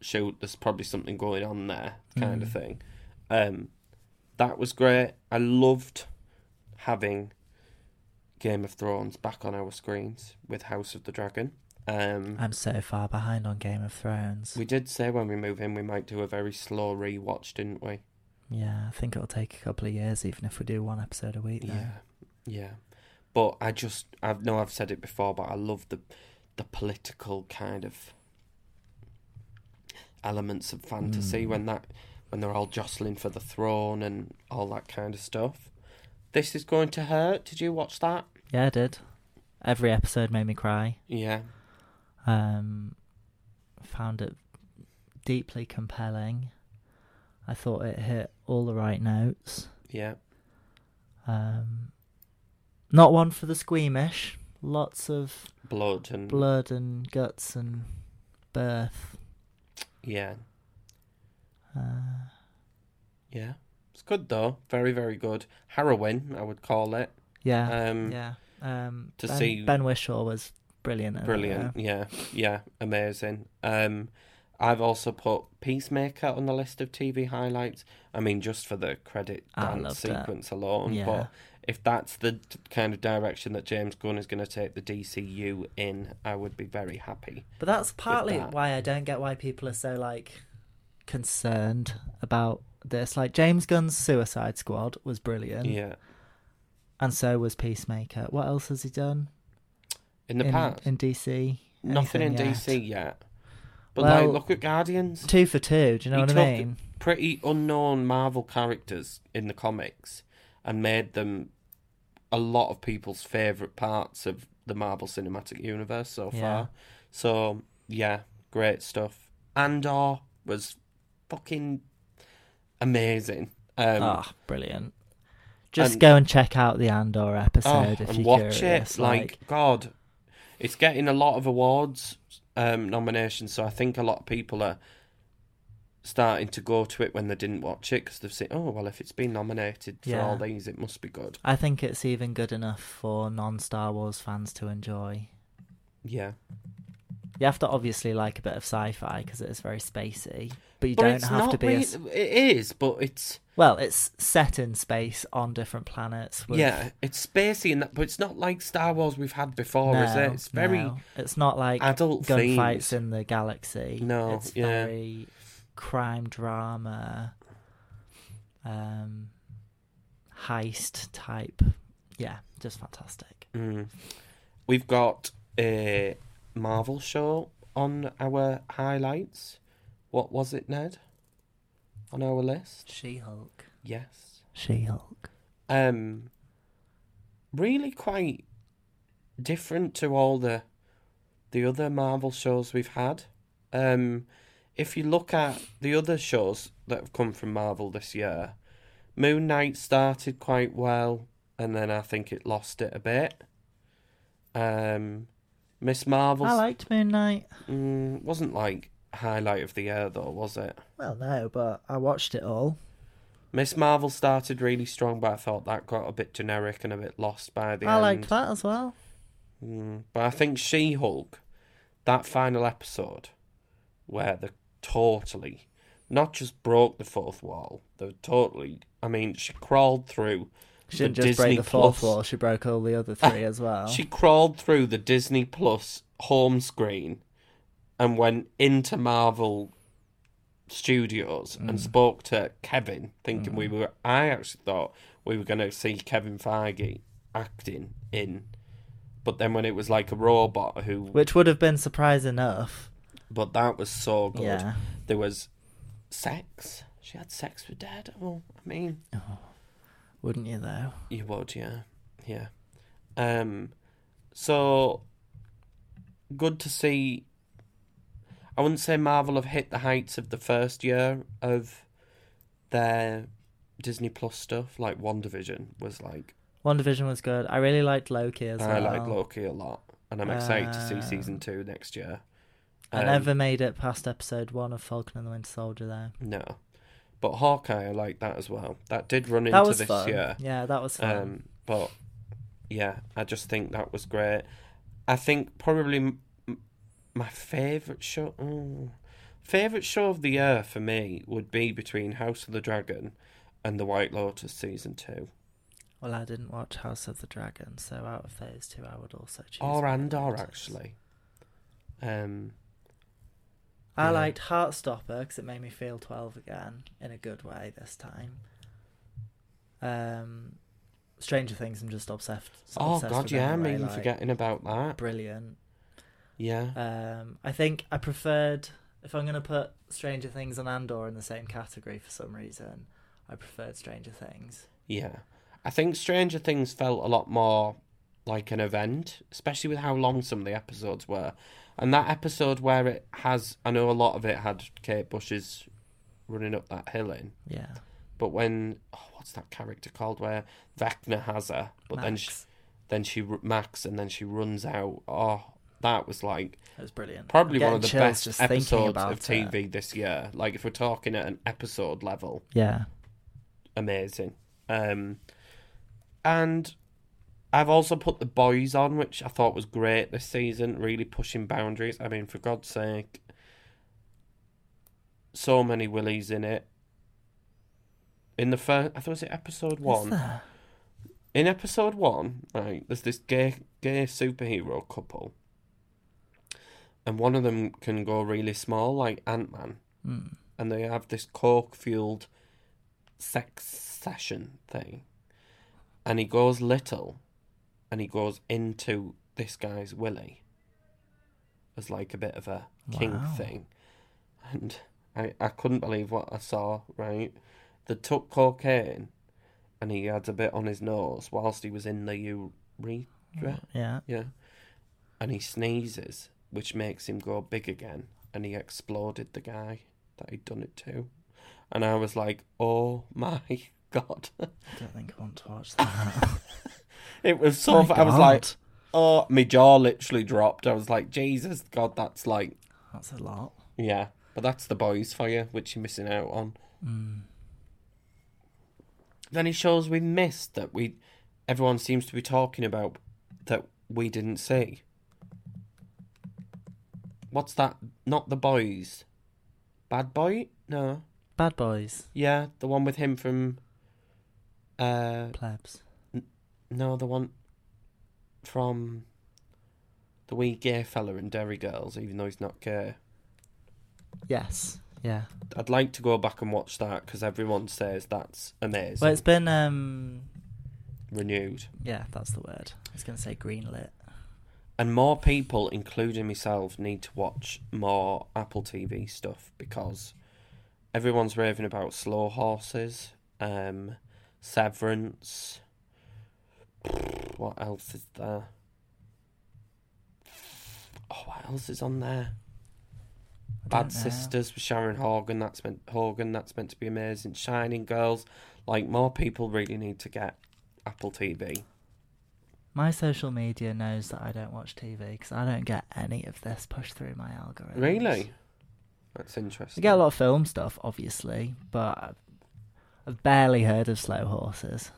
Speaker 1: shoot, there's probably something going on there, kind of thing. Um, that was great. I loved having Game of Thrones back on our screens with House of the Dragon. Um,
Speaker 2: I'm so far behind on Game of Thrones.
Speaker 1: we did say when we move in we might do a very slow rewatch, didn't we?
Speaker 2: Yeah, I think it'll take a couple of years, even if we do one episode a week. Though.
Speaker 1: Yeah, yeah. But I just I know I've said it before, but I love the the political kind of elements of fantasy when that when they're all jostling for the throne and all that kind of stuff. This is going to hurt. Did you watch that?
Speaker 2: yeah, I did. Every episode made me cry.
Speaker 1: Yeah,
Speaker 2: um, found it deeply compelling. I thought it hit all the right notes.
Speaker 1: yeah,
Speaker 2: Um, not one for the squeamish. Lots of
Speaker 1: blood and
Speaker 2: blood and guts and birth.
Speaker 1: yeah,
Speaker 2: Uh,
Speaker 1: yeah. It's good though. Very, very good. Harrowing, I would call it.
Speaker 2: yeah,
Speaker 1: Um,
Speaker 2: yeah. Um,
Speaker 1: to
Speaker 2: ben,
Speaker 1: see-
Speaker 2: Ben Wishaw was brilliant. in it,
Speaker 1: Brilliant.
Speaker 2: though.
Speaker 1: Yeah. Yeah. Amazing. Um, I've also put Peacemaker on the list of TV highlights. I mean, just for the credit
Speaker 2: I
Speaker 1: dance
Speaker 2: loved it.
Speaker 1: sequence alone.
Speaker 2: Yeah.
Speaker 1: But if that's the t- kind of direction that James Gunn is going to take the DCU in, I would be very happy.
Speaker 2: But that's partly
Speaker 1: that.
Speaker 2: why I don't get why people are so like concerned about this. Like James Gunn's Suicide Squad was brilliant.
Speaker 1: Yeah.
Speaker 2: and so was Peacemaker. What else has he done
Speaker 1: In the
Speaker 2: in,
Speaker 1: past,
Speaker 2: in DC?
Speaker 1: nothing in
Speaker 2: Anything
Speaker 1: DC
Speaker 2: yet?
Speaker 1: yet. But
Speaker 2: Well,
Speaker 1: like, look at Guardians.
Speaker 2: Two for two. Do you know
Speaker 1: He
Speaker 2: what
Speaker 1: took
Speaker 2: I mean?
Speaker 1: pretty unknown Marvel characters in the comics and made them a lot of people's favourite parts of the Marvel Cinematic Universe so
Speaker 2: Yeah.
Speaker 1: far. So, yeah, great stuff. Andor was fucking amazing. Um,
Speaker 2: Ah, brilliant. Just
Speaker 1: and-
Speaker 2: go and check out the Andor
Speaker 1: oh,
Speaker 2: episode if
Speaker 1: and
Speaker 2: you're
Speaker 1: watch
Speaker 2: curious.
Speaker 1: it. Like, God, it's getting a lot of awards um, nominations, so I think a lot of people are starting to go to it when they didn't watch it because they've said, oh, well, if it's been nominated for
Speaker 2: Yeah.
Speaker 1: all these, it must be good.
Speaker 2: I think it's even good enough for non-Star Wars fans to enjoy.
Speaker 1: Yeah.
Speaker 2: You have to obviously like a bit of sci-fi because it is very spacey, but you
Speaker 1: but
Speaker 2: don't
Speaker 1: it's
Speaker 2: have
Speaker 1: not
Speaker 2: to be. a
Speaker 1: really-
Speaker 2: s-
Speaker 1: It is, but it's.
Speaker 2: well, it's set in space on different planets. With,
Speaker 1: Yeah, it's spacey, and that, but it's not like Star Wars we've had before, is
Speaker 2: No,
Speaker 1: it? It's very.
Speaker 2: no. It's not like
Speaker 1: adult
Speaker 2: gunfights
Speaker 1: themes.
Speaker 2: in the galaxy.
Speaker 1: No,
Speaker 2: it's
Speaker 1: yeah.
Speaker 2: very crime drama, um, heist type. Yeah, just fantastic.
Speaker 1: Mm. We've got a Marvel show on our highlights. What was it, Ned? On our list?
Speaker 2: She Hulk.
Speaker 1: Yes.
Speaker 2: She Hulk.
Speaker 1: Um really quite different to all the the other Marvel shows we've had. um, if you look at the other shows that have come from Marvel this year, Moon Knight started quite well, and then I think it lost it a bit. Um, Miss Marvel
Speaker 2: I liked Moon Knight.
Speaker 1: mm, wasn't like highlight of the year though, was it?
Speaker 2: Well, no, but I watched it all.
Speaker 1: Miss Marvel started really strong, but I thought that got a bit generic and a bit lost by the
Speaker 2: I
Speaker 1: end.
Speaker 2: liked that as well.
Speaker 1: Mm, but I think She Hulk, that final episode, where they totally, not just broke the fourth wall, they totally, I mean, she crawled through.
Speaker 2: She
Speaker 1: the
Speaker 2: didn't just
Speaker 1: Disney
Speaker 2: break the fourth
Speaker 1: Plus-
Speaker 2: wall, she broke all the other three as well.
Speaker 1: She crawled through the Disney Plus home screen and went into Marvel Studios and spoke to Kevin, thinking we were. I actually thought we were going to see Kevin Feige acting in, but then when it was like a robot who,
Speaker 2: Which would have been surprise enough.
Speaker 1: but that was so good.
Speaker 2: Yeah.
Speaker 1: There was sex. She had sex with Dad. Well, I mean,
Speaker 2: Wouldn't you though?
Speaker 1: You would, yeah, yeah. Um, so good to see. I wouldn't say Marvel have hit the heights of the first year of their Disney Plus stuff. Like One Division was like
Speaker 2: One division was good. I really liked Loki as
Speaker 1: I
Speaker 2: well.
Speaker 1: like Loki a lot, and I'm excited to see
Speaker 2: Um,
Speaker 1: season two next year.
Speaker 2: I
Speaker 1: Um,
Speaker 2: never made it past episode one of Falcon and the Winter Soldier though.
Speaker 1: No, but Hawkeye I like that as well. That did run into
Speaker 2: That was
Speaker 1: this
Speaker 2: fun.
Speaker 1: year.
Speaker 2: Yeah, that was fun.
Speaker 1: Um, but yeah, I just think that was great. I think probably m- m- my favorite show, mm, favorite show of the year for me would be between House of the Dragon and The White Lotus season two,
Speaker 2: well, I didn't watch House of the Dragon, so out of those two, I would also choose.
Speaker 1: or
Speaker 2: White
Speaker 1: and or
Speaker 2: Lotus.
Speaker 1: Oh, actually. Um,
Speaker 2: I
Speaker 1: Yeah.
Speaker 2: liked Heartstopper because it made me feel 12 again in a good way this time. Um, Stranger Things, I'm just obsessed.
Speaker 1: oh
Speaker 2: obsessed
Speaker 1: God,
Speaker 2: with
Speaker 1: yeah, I'm
Speaker 2: anyway,
Speaker 1: even
Speaker 2: like,
Speaker 1: forgetting about that.
Speaker 2: Brilliant.
Speaker 1: Yeah,
Speaker 2: Um, I think I preferred if I'm gonna put Stranger Things and Andor in the same category for some reason. I preferred Stranger Things.
Speaker 1: yeah. I think Stranger Things felt a lot more like an event, especially with how long some of the episodes were. And that episode where it has, I know a lot of it had Kate Bush's running up that hill in,
Speaker 2: Yeah,
Speaker 1: but when, oh, what's that character called where Vecna has her, but then she,
Speaker 2: Max.
Speaker 1: then she, ru- Max, and then she runs out. Oh, that was like
Speaker 2: it was brilliant.
Speaker 1: probably
Speaker 2: I'm
Speaker 1: one of the
Speaker 2: getting chills
Speaker 1: best
Speaker 2: just thinking
Speaker 1: episodes
Speaker 2: about
Speaker 1: of
Speaker 2: it.
Speaker 1: TV this year. Like, if we're talking at an episode level,
Speaker 2: Yeah,
Speaker 1: amazing. Um, and I've also put the boys on, which I thought was great this season, really pushing boundaries. I mean, for God's sake, so many willies in it. In the first, I thought was it episode
Speaker 2: Is
Speaker 1: one.
Speaker 2: there?
Speaker 1: In episode one, right, there's this gay gay superhero couple, and one of them can go really small, like Ant Man
Speaker 2: Mm.
Speaker 1: and they have this coke fueled sex session thing. And he goes little and he goes into this guy's willy as like a bit of a king
Speaker 2: Wow.
Speaker 1: thing. And I, I couldn't believe what I saw, right? They took cocaine and he had a bit on his nose whilst he was in the urethra.
Speaker 2: Yeah,
Speaker 1: Yeah. And he sneezes, which makes him go big again. And he exploded the guy that he'd done it to. And I was like, oh my God.
Speaker 2: I don't think I want to watch that.
Speaker 1: It was so
Speaker 2: My
Speaker 1: fu- I was like,
Speaker 2: God.
Speaker 1: oh, my jaw literally dropped. I was like, Jesus, God, that's like,
Speaker 2: that's a lot.
Speaker 1: yeah. But that's the boys for you, which you're missing out on.
Speaker 2: Mm.
Speaker 1: Then he shows we missed that we, everyone seems to be talking about that we didn't see. What's that? Not the boys. Bad boy? No.
Speaker 2: Bad Boys,
Speaker 1: Yeah, the one with him from. Uh,
Speaker 2: plebs.
Speaker 1: no, the one from the wee gay fella in Derry Girls, even though he's not gay.
Speaker 2: Yes. Yeah.
Speaker 1: I'd like to go back and watch that because everyone says that's amazing.
Speaker 2: Well, it's been um.
Speaker 1: renewed.
Speaker 2: Yeah, that's the word. I was gonna say greenlit.
Speaker 1: And more people, including myself, need to watch more Apple TV stuff because everyone's raving about Slow Horses, um, Severance. What else is there? Oh, what else is on there?
Speaker 2: I don't
Speaker 1: Bad
Speaker 2: know.
Speaker 1: Sisters with Sharon Hogan. That's meant Hogan. That's meant to be amazing. Shining Girls. Like more people really need to get Apple TV.
Speaker 2: My social media knows that I don't watch TV because I don't get any of this pushed through my algorithm.
Speaker 1: Really, that's
Speaker 2: I
Speaker 1: interesting.
Speaker 2: get a lot of film stuff, obviously, but I've- I've barely heard of Slow Horses.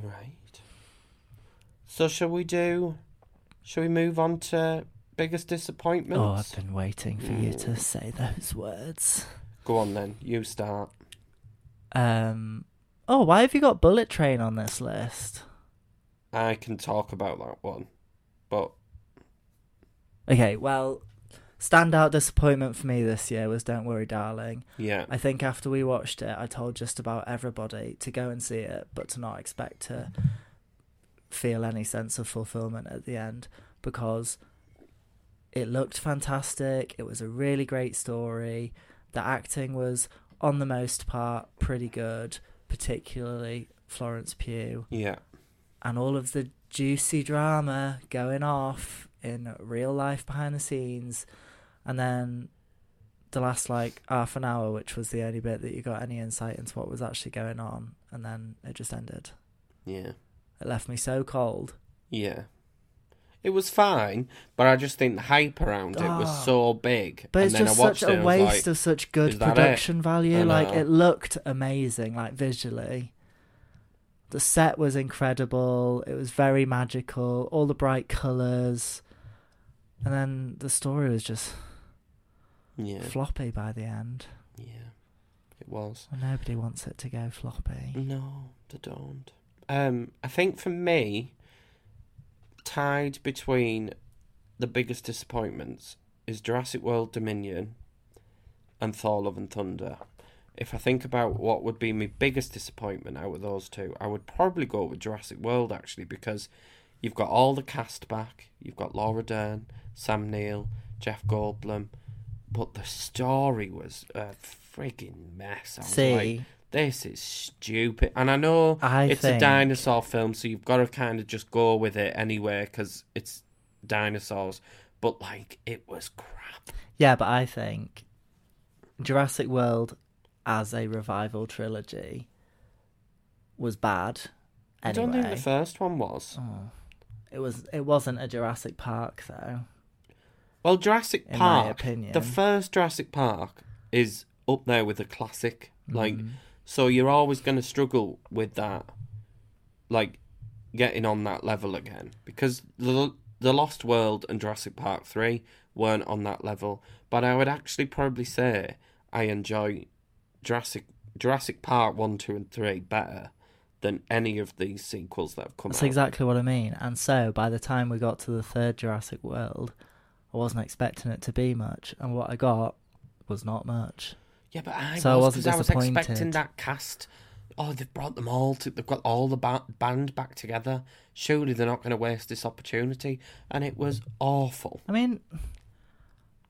Speaker 1: Right. So shall we do? Shall we move on to biggest disappointments?
Speaker 2: Oh, I've been waiting for you to say those words.
Speaker 1: Go on then. You start.
Speaker 2: Um. Oh, why have you got Bullet Train on this list?
Speaker 1: I can talk about that one, but
Speaker 2: Okay, well, standout disappointment for me this year was Don't Worry, Darling.
Speaker 1: yeah,
Speaker 2: I think after we watched it, I told just about everybody to go and see it, but to not expect to feel any sense of fulfillment at the end because it looked fantastic. It was a really great story. The acting was, on the most part, pretty good, particularly Florence Pugh
Speaker 1: yeah,
Speaker 2: and all of the juicy drama going off in real life behind the scenes and then the last like half an hour which was the only bit that you got any insight into what was actually going on and then it just ended
Speaker 1: yeah,
Speaker 2: it left me so cold
Speaker 1: yeah. It was fine, but I just think the hype around it was
Speaker 2: Ah.
Speaker 1: so big.
Speaker 2: but
Speaker 1: and
Speaker 2: it's
Speaker 1: then
Speaker 2: just
Speaker 1: I watched
Speaker 2: such
Speaker 1: it
Speaker 2: a
Speaker 1: and I was
Speaker 2: waste
Speaker 1: like,
Speaker 2: of such
Speaker 1: "Is
Speaker 2: good
Speaker 1: that it?"
Speaker 2: production value
Speaker 1: I
Speaker 2: like
Speaker 1: know.
Speaker 2: it looked amazing like visually the set was incredible it was very magical all the bright colors and then the story was just
Speaker 1: yeah,
Speaker 2: floppy by the end.
Speaker 1: yeah, it was.
Speaker 2: Well, nobody wants it to go floppy.
Speaker 1: No, they don't. Um, I think for me, tied between the biggest disappointments is Jurassic World Dominion and Thor Love and Thunder. If I think about what would be my biggest disappointment out of those two, I would probably go with Jurassic World actually because you've got all the cast back, you've got Laura Dern, Sam Neill, Jeff Goldblum, but the story was a frigging mess. I was
Speaker 2: See,
Speaker 1: like, this is stupid. And I know
Speaker 2: I
Speaker 1: it's a
Speaker 2: think-
Speaker 1: dinosaur film, so you've got to kind of just go with it anyway because it's dinosaurs. But like, it was crap.
Speaker 2: yeah, but I think Jurassic World as a revival trilogy was bad.
Speaker 1: I don't
Speaker 2: Anyway,
Speaker 1: think the first one was.
Speaker 2: Oh. it was. It wasn't a Jurassic Park though.
Speaker 1: Well, Jurassic
Speaker 2: In my
Speaker 1: Park,
Speaker 2: opinion,
Speaker 1: the first Jurassic Park is up there with a classic. Like,
Speaker 2: Mm.
Speaker 1: so you're always going to struggle with that, like getting on that level again because the the Lost World and Jurassic Park three weren't on that level. But I would actually probably say I enjoy Jurassic Jurassic Park one, two, and three better than any of these sequels that have come
Speaker 2: that's
Speaker 1: out.
Speaker 2: exactly what I mean. And so, by the time we got to the third Jurassic World, I wasn't expecting it to be much, and what I got was not much.
Speaker 1: Yeah, but I
Speaker 2: So I
Speaker 1: was
Speaker 2: wasn't
Speaker 1: because I was expecting
Speaker 2: disappointed.
Speaker 1: that cast. Oh, they've brought them all. To, they've got all the ba- band back together. Surely they're not going to waste this opportunity. And it was awful.
Speaker 2: I mean,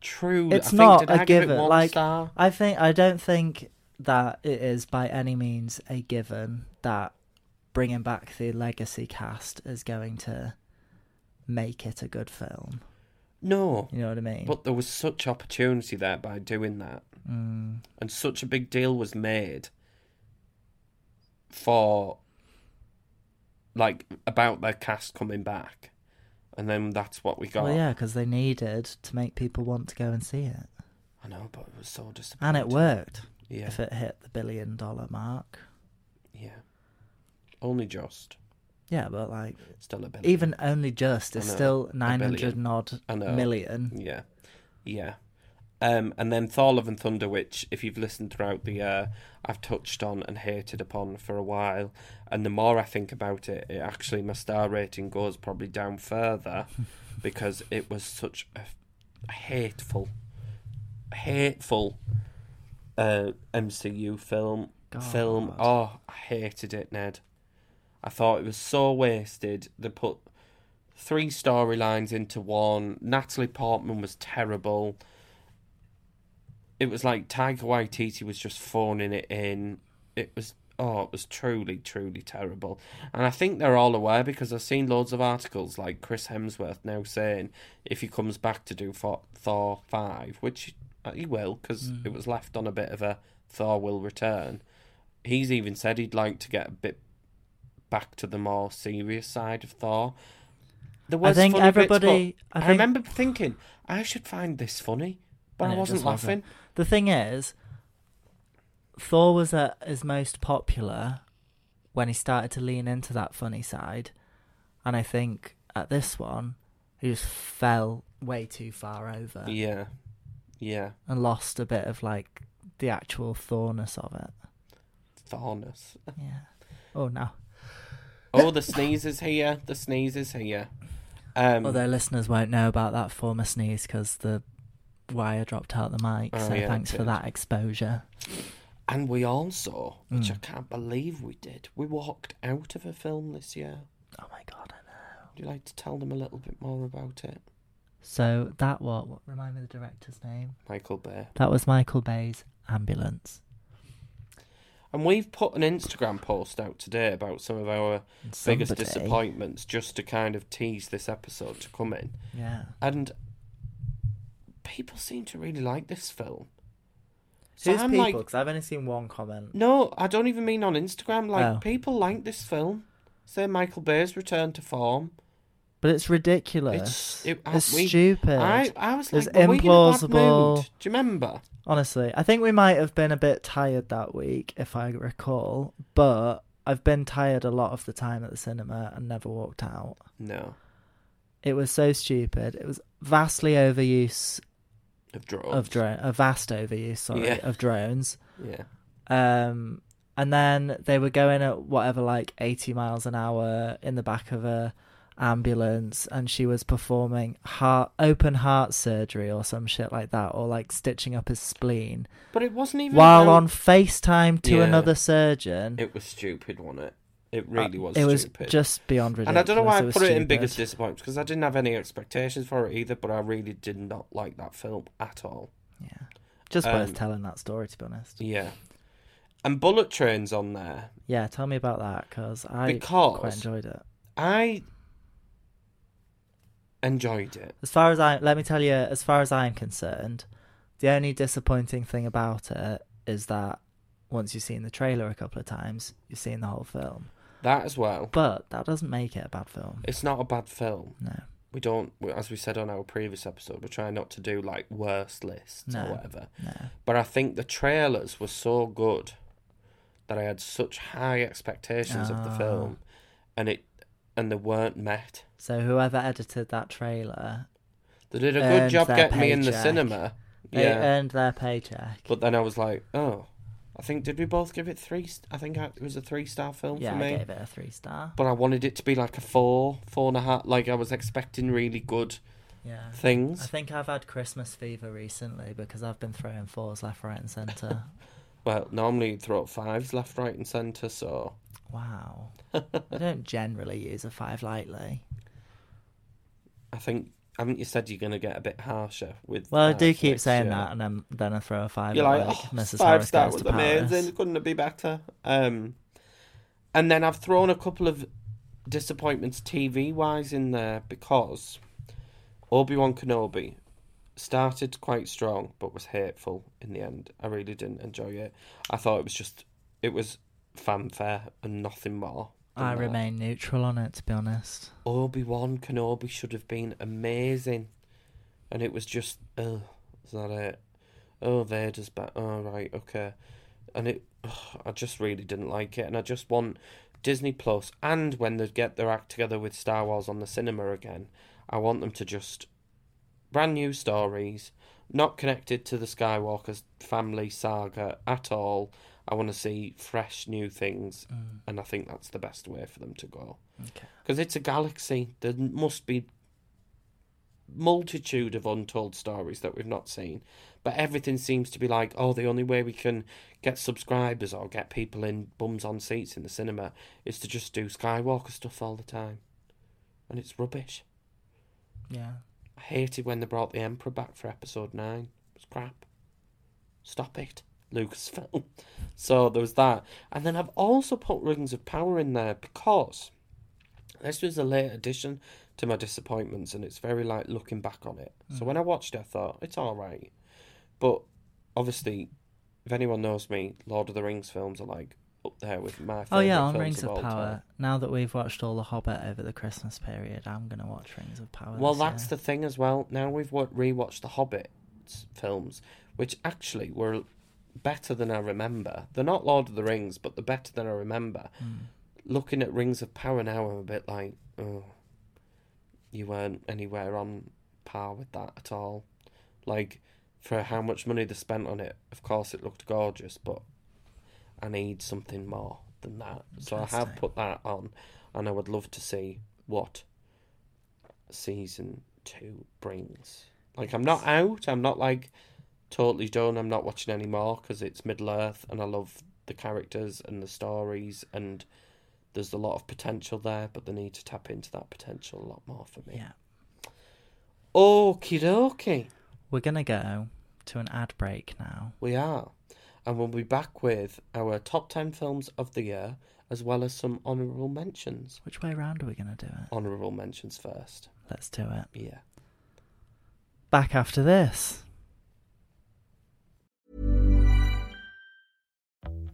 Speaker 1: True. I
Speaker 2: it's
Speaker 1: think,
Speaker 2: not
Speaker 1: did
Speaker 2: a
Speaker 1: I give it
Speaker 2: given.
Speaker 1: one
Speaker 2: like
Speaker 1: star?
Speaker 2: I think I don't think that it is by any means a given that bringing back the legacy cast is going to make it a good film.
Speaker 1: no,
Speaker 2: You know what I mean?
Speaker 1: but there was such opportunity there by doing that,
Speaker 2: mm,
Speaker 1: and such a big deal was made for like about their cast coming back, and then that's what we got.
Speaker 2: well, yeah, because they needed to make people want to go and see it,
Speaker 1: I know, but it was so disappointing.
Speaker 2: and it worked.
Speaker 1: Yeah.
Speaker 2: If it hit the billion dollar mark,
Speaker 1: Yeah. Only just.
Speaker 2: yeah, but like
Speaker 1: Still a bit.
Speaker 2: even only just is
Speaker 1: I know,
Speaker 2: still
Speaker 1: a billion.
Speaker 2: nine hundred and odd
Speaker 1: I know.
Speaker 2: million.
Speaker 1: Yeah. Yeah. Um, and then Thor Love and Thunder, which, if you've listened throughout the year, I've touched on and hated upon for a while. And the more I think about it, it actually, my star rating goes probably down further because it was such a, a hateful, hateful uh, MCU film. Film.
Speaker 2: God.
Speaker 1: Oh, I hated it, Ned. I thought it was so wasted. They put three storylines into one. Natalie Portman was terrible. It was like Tiger Waititi was just phoning it in. It was oh, it was truly, truly terrible. And I think they're all aware because I've seen loads of articles like Chris Hemsworth now saying if he comes back to do Fo- Thor five, which uh, he will, because
Speaker 2: Mm.
Speaker 1: it was left on a bit of a Thor will return. He's even said he'd like to get a bit back to the more serious side of Thor. There was
Speaker 2: think
Speaker 1: funny bits,
Speaker 2: everybody-
Speaker 1: but
Speaker 2: I
Speaker 1: I,
Speaker 2: think-
Speaker 1: remember thinking I should find this funny, but
Speaker 2: And
Speaker 1: I
Speaker 2: it
Speaker 1: wasn't
Speaker 2: just wasn't.
Speaker 1: laughing.
Speaker 2: The thing is, Thor was at his most popular when he started to lean into that funny side, and I think at this one, he just fell way too far over
Speaker 1: Yeah, yeah,
Speaker 2: and lost a bit of like the actual Thorness of it.
Speaker 1: Thorness.
Speaker 2: Yeah. Oh no.
Speaker 1: Oh, the sneeze is here. The sneeze is here. Um,
Speaker 2: Although listeners won't know about that former sneeze because the wire dropped out the mic.
Speaker 1: Oh,
Speaker 2: so
Speaker 1: yeah, it
Speaker 2: thanks for
Speaker 1: did.
Speaker 2: that exposure.
Speaker 1: And we also, which I
Speaker 2: Mm.
Speaker 1: can't believe we did, we walked out of a film this year.
Speaker 2: Oh my god, I know.
Speaker 1: Would you like to tell them a little bit more about it?
Speaker 2: So that what? what remind me of the director's name.
Speaker 1: Michael Bay.
Speaker 2: That was Michael Bay's ambulance.
Speaker 1: And we've put an Instagram post out today about some of our
Speaker 2: And
Speaker 1: biggest
Speaker 2: somebody-
Speaker 1: disappointments just to kind of tease this episode to come in.
Speaker 2: Yeah.
Speaker 1: And people seem to really like this film. So
Speaker 2: Who's
Speaker 1: I'm
Speaker 2: people?
Speaker 1: like,
Speaker 2: Because I've only seen one comment.
Speaker 1: no, I don't even mean on Instagram. Like,
Speaker 2: Oh.
Speaker 1: people like this film. Say Michael Bay's return to form.
Speaker 2: But it's ridiculous.
Speaker 1: It's,
Speaker 2: It's,
Speaker 1: it, I- we-
Speaker 2: stupid.
Speaker 1: I, I was like,
Speaker 2: It's
Speaker 1: were we in a bad
Speaker 2: implausible.
Speaker 1: mood? Do you remember?
Speaker 2: Honestly, I think we might have been a bit tired that week, if I recall. But I've been tired a lot of the time at the cinema and never walked out.
Speaker 1: No,
Speaker 2: It was so stupid. It was vastly overuse
Speaker 1: of drones.
Speaker 2: of drone, a vast overuse, sorry,
Speaker 1: Yeah.
Speaker 2: of drones.
Speaker 1: Yeah,
Speaker 2: Um, and then they were going at whatever, like eighty miles an hour in the back of a ambulance, and she was performing heart open heart surgery or some shit like that, or like stitching up his spleen
Speaker 1: but it wasn't even
Speaker 2: while
Speaker 1: about-
Speaker 2: on FaceTime to
Speaker 1: Yeah.
Speaker 2: another surgeon.
Speaker 1: It was stupid, wasn't it? It really
Speaker 2: Uh,
Speaker 1: was.
Speaker 2: It was
Speaker 1: stupid.
Speaker 2: just beyond ridiculous.
Speaker 1: And I don't know why I
Speaker 2: was
Speaker 1: put it in
Speaker 2: stupid.
Speaker 1: biggest disappointment because I didn't have any expectations for it either. But I really did not like that film at all.
Speaker 2: Yeah, just
Speaker 1: Um,
Speaker 2: worth telling that story to be honest.
Speaker 1: Yeah, and Bullet Train's on there.
Speaker 2: Yeah, tell me about that because I quite
Speaker 1: Because-
Speaker 2: enjoyed it.
Speaker 1: I enjoyed it.
Speaker 2: As far as I let me tell you, as far as I'm concerned, the only disappointing thing about it is that once you've seen the trailer a couple of times, you've seen the whole film.
Speaker 1: That as well.
Speaker 2: But that doesn't make it a bad film.
Speaker 1: It's not a bad film.
Speaker 2: No.
Speaker 1: We don't, as we said on our previous episode, we're trying not to do like worst lists
Speaker 2: No.
Speaker 1: or whatever.
Speaker 2: No.
Speaker 1: But I think the trailers were so good that I had such high expectations of the
Speaker 2: Ah.
Speaker 1: film, and it and they weren't met.
Speaker 2: So whoever edited that trailer,
Speaker 1: They did a
Speaker 2: Earned
Speaker 1: good job
Speaker 2: their
Speaker 1: getting me in the
Speaker 2: paycheck.
Speaker 1: cinema.
Speaker 2: they
Speaker 1: yeah,
Speaker 2: earned their paycheck.
Speaker 1: but then I was like, oh, I think did we both give it three? st- I think I, it was a three star film
Speaker 2: yeah,
Speaker 1: for me.
Speaker 2: I gave it a three star.
Speaker 1: But I wanted it to be like a four, four and a half. Like I was expecting really good
Speaker 2: Yeah. I
Speaker 1: things.
Speaker 2: think I've had Christmas fever recently because I've been throwing fours left, right, and centre.
Speaker 1: Well, normally you'd throw up fives left, right, and centre. So
Speaker 2: wow. I don't generally use a five lightly.
Speaker 1: I think haven't you said you're going to get a bit harsher with?
Speaker 2: Well, I
Speaker 1: ours
Speaker 2: do keep
Speaker 1: next
Speaker 2: saying
Speaker 1: year?
Speaker 2: that, and then then I throw a five.
Speaker 1: You're
Speaker 2: at,
Speaker 1: like,
Speaker 2: like,
Speaker 1: oh,
Speaker 2: Mrs.
Speaker 1: five
Speaker 2: Harris
Speaker 1: star
Speaker 2: Goes
Speaker 1: was
Speaker 2: to Paris."
Speaker 1: amazing. Couldn't it be better? Um, and then I've thrown a couple of disappointments TV wise in there because Obi Wan Kenobi started quite strong but was hateful in the end. I really didn't enjoy it. I thought it was just it was fanfare and nothing more.
Speaker 2: I remain neutral on it, to be honest.
Speaker 1: Obi Wan Kenobi should have been amazing, and it was just, oh, is that it? Oh, Vader's back. Oh, right, okay. And it, ugh, I just really didn't like it, and I just want Disney Plus, and when they get their act together with Star Wars on the cinema again, I want them to just brand new stories, not connected to the Skywalker's family saga at all. I want to see fresh new things,
Speaker 2: Mm.
Speaker 1: and I think that's the best way for them to go
Speaker 2: Okay.
Speaker 1: because it's a galaxy. There must be multitude of untold stories that we've not seen, but everything seems to be like, oh, the only way we can get subscribers or get people in bums on seats in the cinema is to just do Skywalker stuff all the time, and it's rubbish.
Speaker 2: Yeah.
Speaker 1: I hated when they brought the Emperor back for Episode Nine. It was crap. Stop it, Lucasfilm. So there was that, and then I've also put Rings of Power in there because this was a late addition
Speaker 2: Mm.
Speaker 1: to my disappointments, and it's very like looking back on it. So when I watched, it, I thought it's all right. But obviously, if anyone knows me, Lord of the Rings films are like up there with my.
Speaker 2: Oh
Speaker 1: favourite
Speaker 2: yeah, on
Speaker 1: films
Speaker 2: Rings of
Speaker 1: all
Speaker 2: Power.
Speaker 1: time.
Speaker 2: Now that we've watched all the Hobbit over the Christmas period, I'm gonna watch Rings of Power.
Speaker 1: Well,
Speaker 2: this year.
Speaker 1: that's the thing as well. Now we've wa- rewatched the Hobbit s- films, which actually were better than I remember. They're not Lord of the Rings, but they're better than I remember.
Speaker 2: Mm.
Speaker 1: Looking at Rings of Power now, I'm a bit like, oh, you weren't anywhere on par with that at all. Like, for how much money they spent on it, of course it looked gorgeous, but I need something more than that. So I have
Speaker 2: Interesting.
Speaker 1: put that on, and I would love to see what season two brings. Like, I'm not out. I'm not like totally done. I'm not watching anymore because it's Middle Earth, and I love the characters and the stories, and there's a lot of potential there. But they need to tap into that potential a lot more for me.
Speaker 2: yeah.
Speaker 1: Okie dokie,
Speaker 2: We're gonna go to an ad break now.
Speaker 1: we are, and we'll be back with our top ten films of the year, as well as some honourable mentions.
Speaker 2: Which way round are we gonna do it?
Speaker 1: Honourable mentions first.
Speaker 2: Let's do it.
Speaker 1: Yeah.
Speaker 2: Back after this.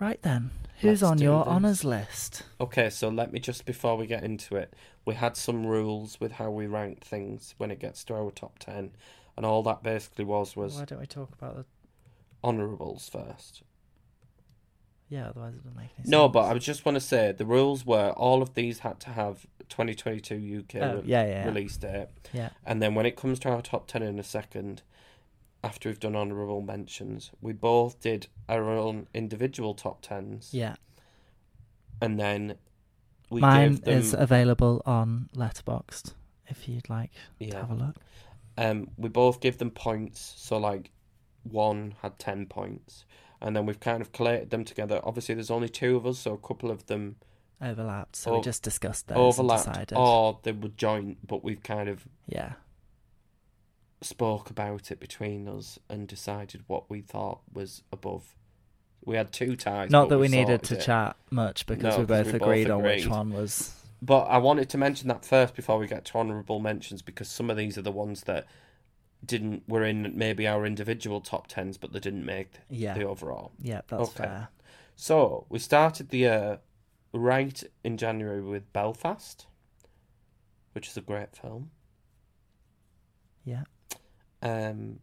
Speaker 2: Right then, who's
Speaker 1: Let's
Speaker 2: on
Speaker 1: do
Speaker 2: your
Speaker 1: this.
Speaker 2: honours list?
Speaker 1: Okay, so let me just before we get into it, we had some rules with how we ranked things when it gets to our top ten, and all that basically was was
Speaker 2: Why don't we talk about the?
Speaker 1: honourables first.
Speaker 2: Yeah, otherwise it doesn't make any sense.
Speaker 1: No, but I just want to say the rules were all of these had to have 2022 UK
Speaker 2: Oh,
Speaker 1: re-
Speaker 2: yeah, yeah, yeah.
Speaker 1: release date,
Speaker 2: yeah,
Speaker 1: and then when it comes to our top ten in a second, after we've done honourable mentions, we both did our own individual top tens,
Speaker 2: yeah.
Speaker 1: and then we
Speaker 2: Mine
Speaker 1: gave them.
Speaker 2: is available on Letterboxd if you'd like to
Speaker 1: Yeah.
Speaker 2: have a look.
Speaker 1: um, we both give them points. So like, one had ten points, and then we've kind of collated them together. Obviously, there's only two of us, so a couple of them
Speaker 2: Overlapped, so
Speaker 1: O-
Speaker 2: we just discussed those and
Speaker 1: overlapped, Oh.
Speaker 2: decided.
Speaker 1: or they were joint, but we've kind of
Speaker 2: Yeah,
Speaker 1: spoke about it between us and decided what we thought was above. We had two ties.
Speaker 2: not
Speaker 1: but
Speaker 2: that we needed
Speaker 1: sorted
Speaker 2: to
Speaker 1: it.
Speaker 2: chat much because
Speaker 1: No,
Speaker 2: we
Speaker 1: 'cause
Speaker 2: both
Speaker 1: we both
Speaker 2: agreed on which
Speaker 1: agreed.
Speaker 2: one was.
Speaker 1: But I wanted to mention that first before we get to honourable mentions because some of these are the ones that didn't were in maybe our individual top tens, but they didn't make
Speaker 2: Yeah.
Speaker 1: the overall.
Speaker 2: Yeah, that's
Speaker 1: Okay.
Speaker 2: fair.
Speaker 1: So we started the year right in January with Belfast, which is a great film.
Speaker 2: Yeah,
Speaker 1: Um,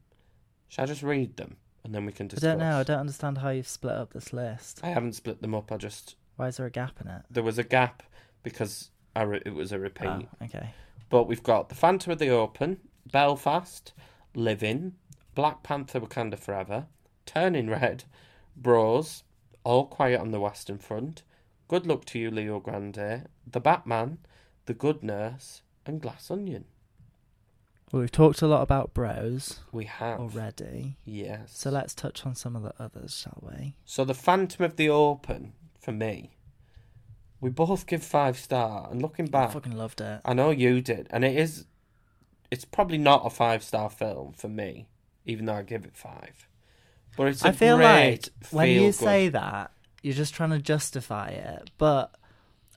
Speaker 1: shall I just read them and then we can discuss?
Speaker 2: I don't know. I don't understand how you've split up this list.
Speaker 1: I haven't split them up. I just
Speaker 2: Why is there a gap in it?
Speaker 1: there was a gap because I re- it was a repeat.
Speaker 2: Oh, okay.
Speaker 1: But we've got The Phantom of the Open, Belfast, Living, Black Panther Wakanda Forever, Turning Red, Bros, All Quiet on the Western Front, Good Luck to You, Leo Grande, The Batman, The Good Nurse, and Glass Onion.
Speaker 2: Well, we've talked a lot about bros
Speaker 1: We have.
Speaker 2: already,
Speaker 1: Yes.
Speaker 2: so let's touch on some of the others, shall we?
Speaker 1: So The Phantom of the Open, for me, we both give five star, and looking
Speaker 2: I
Speaker 1: back,
Speaker 2: fucking loved it.
Speaker 1: I know you did, and it is. It's probably not a five star film for me, even though I give it five. But it's a
Speaker 2: I feel
Speaker 1: great
Speaker 2: like when you
Speaker 1: feel-good.
Speaker 2: say that, you're just trying to justify it. But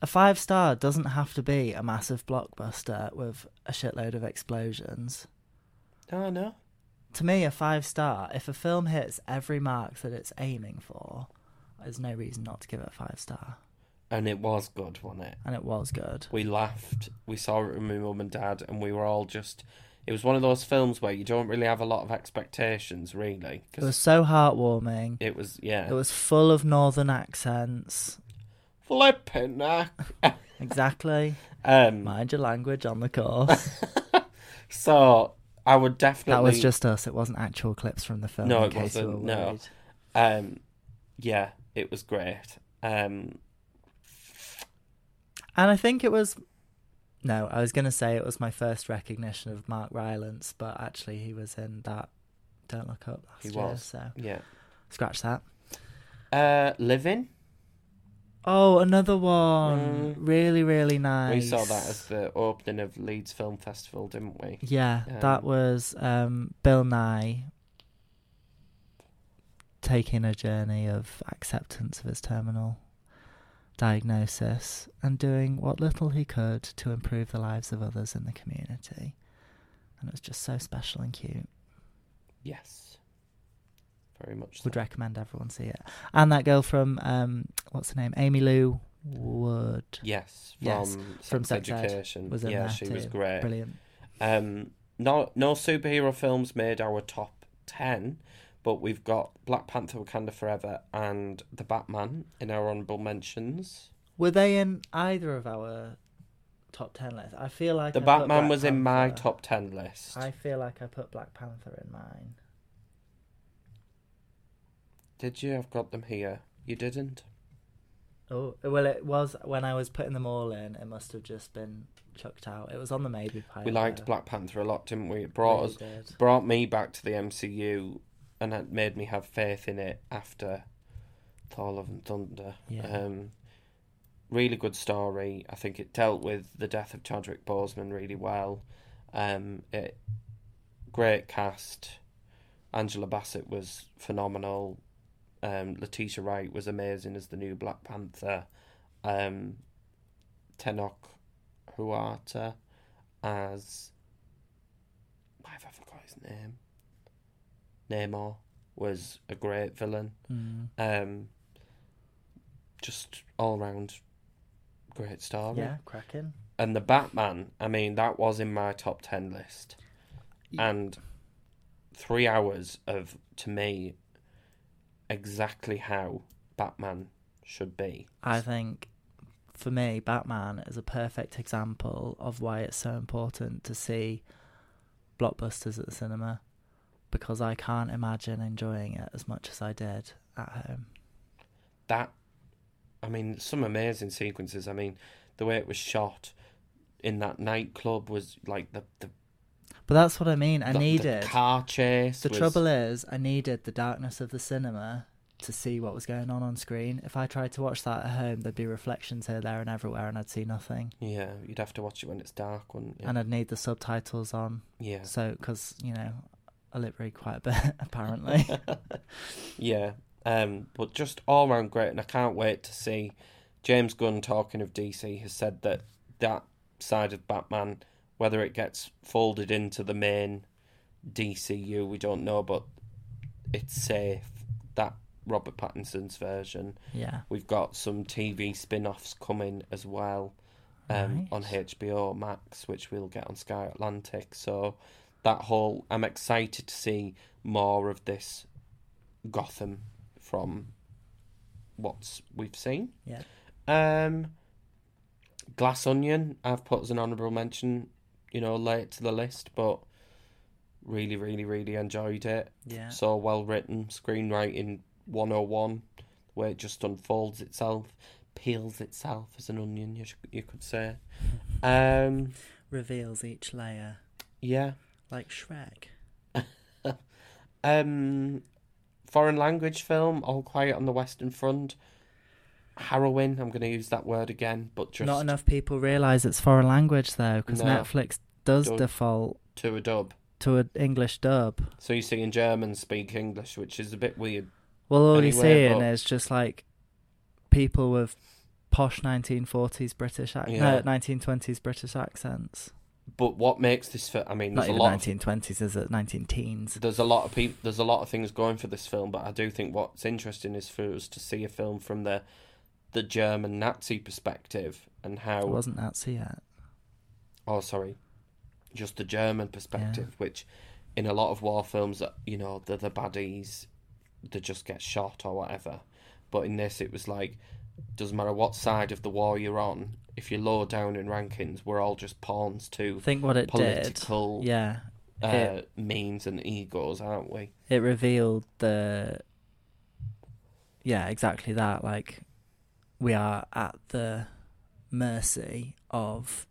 Speaker 2: a five star doesn't have to be a massive blockbuster with a shitload of explosions.
Speaker 1: oh no,
Speaker 2: To me, a five star, if a film hits every mark that it's aiming for, there's no reason not to give it a five star.
Speaker 1: and it was good, wasn't it?
Speaker 2: and it was good.
Speaker 1: We laughed. We saw it with my mum and dad, and we were all just. It was one of those films where you don't really have a lot of expectations, really,
Speaker 2: It
Speaker 1: because
Speaker 2: was so heartwarming.
Speaker 1: it was yeah,
Speaker 2: It was full of northern accents.
Speaker 1: flipping neck.
Speaker 2: Exactly.
Speaker 1: um,
Speaker 2: Mind your language on the course.
Speaker 1: so I would definitely
Speaker 2: that was just us. It wasn't actual clips from the film.
Speaker 1: No,
Speaker 2: in
Speaker 1: it
Speaker 2: case you
Speaker 1: wasn't,
Speaker 2: were
Speaker 1: no.
Speaker 2: worried.
Speaker 1: um, yeah, it was great. Um,
Speaker 2: And I think it was. No, I was going to say it was my first recognition of Mark Rylance, but actually he was in that Don't Look Up last
Speaker 1: he
Speaker 2: year.
Speaker 1: was
Speaker 2: So
Speaker 1: yeah.
Speaker 2: scratch that.
Speaker 1: Uh, living.
Speaker 2: Oh, another
Speaker 1: Mm.
Speaker 2: one. Really, really nice.
Speaker 1: We saw that as the opening of Leeds Film Festival, didn't we?
Speaker 2: Yeah,
Speaker 1: Um,
Speaker 2: that was um, Bill Nye taking a journey of acceptance of his terminal diagnosis and doing what little he could to improve the lives of others in the community. And it was just so special and cute.
Speaker 1: Yes. Very much.
Speaker 2: Would
Speaker 1: so.
Speaker 2: recommend everyone see it. And that girl from um, what's her name, Amy Lou Wood,
Speaker 1: Yes, from
Speaker 2: Yes,
Speaker 1: Sex
Speaker 2: from Sex Ed
Speaker 1: Education.
Speaker 2: was in
Speaker 1: Mm, yeah,
Speaker 2: there
Speaker 1: she
Speaker 2: too.
Speaker 1: was great.
Speaker 2: Brilliant.
Speaker 1: Um, no, no superhero films made our top ten, but we've got Black Panther: Wakanda Forever and The Batman in our honourable mentions.
Speaker 2: Were they in either of our top ten lists? I feel like
Speaker 1: The
Speaker 2: I put
Speaker 1: Batman
Speaker 2: Black
Speaker 1: was in my
Speaker 2: Panther.
Speaker 1: top ten list.
Speaker 2: I feel like I put Black Panther in mine.
Speaker 1: Did you? I've got them here. You didn't.
Speaker 2: Oh well, it was when I was putting them all in. It must have just been chucked out. It was on the maybe pile.
Speaker 1: we liked
Speaker 2: though.
Speaker 1: Black Panther a lot, didn't we? It brought
Speaker 2: Really
Speaker 1: us,
Speaker 2: uh, did.
Speaker 1: brought me back to the MCU, and it made me have faith in it after Thor: Love and Thunder.
Speaker 2: Yeah.
Speaker 1: Um, really good story. I think it dealt with the death of Chadwick Boseman really well. Um, it great cast. Angela Bassett was phenomenal. Um, Letitia Wright was amazing as the new Black Panther. Um, Tenok Huata as why have I forgot his name? Namor was a great villain.
Speaker 2: Mm.
Speaker 1: Um, just all round great story.
Speaker 2: Yeah, cracking.
Speaker 1: And the Batman, I mean, that was in my top ten list. And three hours of to me exactly how Batman should be.
Speaker 2: I think for me, Batman is a perfect example of why it's so important to see blockbusters at the cinema because I can't imagine enjoying it as much as I did at home.
Speaker 1: that I mean, some amazing sequences. I mean, the way it was shot in that nightclub was like the the
Speaker 2: But that's what I mean. I
Speaker 1: the, the
Speaker 2: needed
Speaker 1: car chase.
Speaker 2: The
Speaker 1: was-
Speaker 2: trouble is, I needed the darkness of the cinema to see what was going on on screen. If I tried to watch that at home, there'd be reflections here, there, and everywhere, and I'd see nothing.
Speaker 1: yeah, you'd have to watch it when it's dark, wouldn't you?
Speaker 2: And I'd need the subtitles on,
Speaker 1: yeah,
Speaker 2: so because you know, I lip read quite a bit apparently.
Speaker 1: yeah. Um, but just all round great, and I can't wait to see. James Gunn talking of DC has said that that side of Batman, whether it gets folded into the main DCU, we don't know, but it's safe that Robert Pattinson's version.
Speaker 2: yeah,
Speaker 1: We've got some TV spin offs coming as well um,
Speaker 2: Right.
Speaker 1: on HBO Max, which we'll get on Sky Atlantic. So that whole, I'm excited to see more of this Gotham from what we've seen.
Speaker 2: yeah.
Speaker 1: Um, Glass Onion, I've put as an honourable mention, you know, late to the list, but really, really, really enjoyed it.
Speaker 2: Yeah.
Speaker 1: So well written, screenwriting 101, where it just unfolds itself, peels itself as an onion, you, sh- you could say. Um,
Speaker 2: Reveals each layer
Speaker 1: yeah.
Speaker 2: like Shrek.
Speaker 1: Um, foreign language film, All Quiet on the Western Front. Harrowing, I'm going to use that word again, but just
Speaker 2: Not enough people realise it's foreign language though, because
Speaker 1: No.
Speaker 2: Netflix does
Speaker 1: Don't-
Speaker 2: default
Speaker 1: to a dub.
Speaker 2: to an English dub.
Speaker 1: So you see in German speak English, which is a bit weird.
Speaker 2: Well, all
Speaker 1: Anywhere
Speaker 2: he's seeing
Speaker 1: but-
Speaker 2: is just like people with posh 1940s British ac-
Speaker 1: Yeah.
Speaker 2: no 1920s British accents.
Speaker 1: But what makes this film? I mean,
Speaker 2: Not
Speaker 1: there's a
Speaker 2: even
Speaker 1: lot.
Speaker 2: 1920s, is it? 19 teens.
Speaker 1: Of, there's a lot of people. There's a lot of things going for this film, but I do think what's interesting is for us to see a film from the the German Nazi perspective and how.
Speaker 2: It wasn't Nazi yet.
Speaker 1: oh sorry just the german perspective which in a lot of war films uh, you know they're the baddies they just get shot or whatever but in this it was like doesn't matter what side of the war you're on if you're low down in rankings we're all just pawns to
Speaker 2: I think what it
Speaker 1: political
Speaker 2: did. Yeah.
Speaker 1: uh,
Speaker 2: It,
Speaker 1: means and egos aren't we
Speaker 2: it revealed the. Yeah, exactly that. Like, we are at the mercy of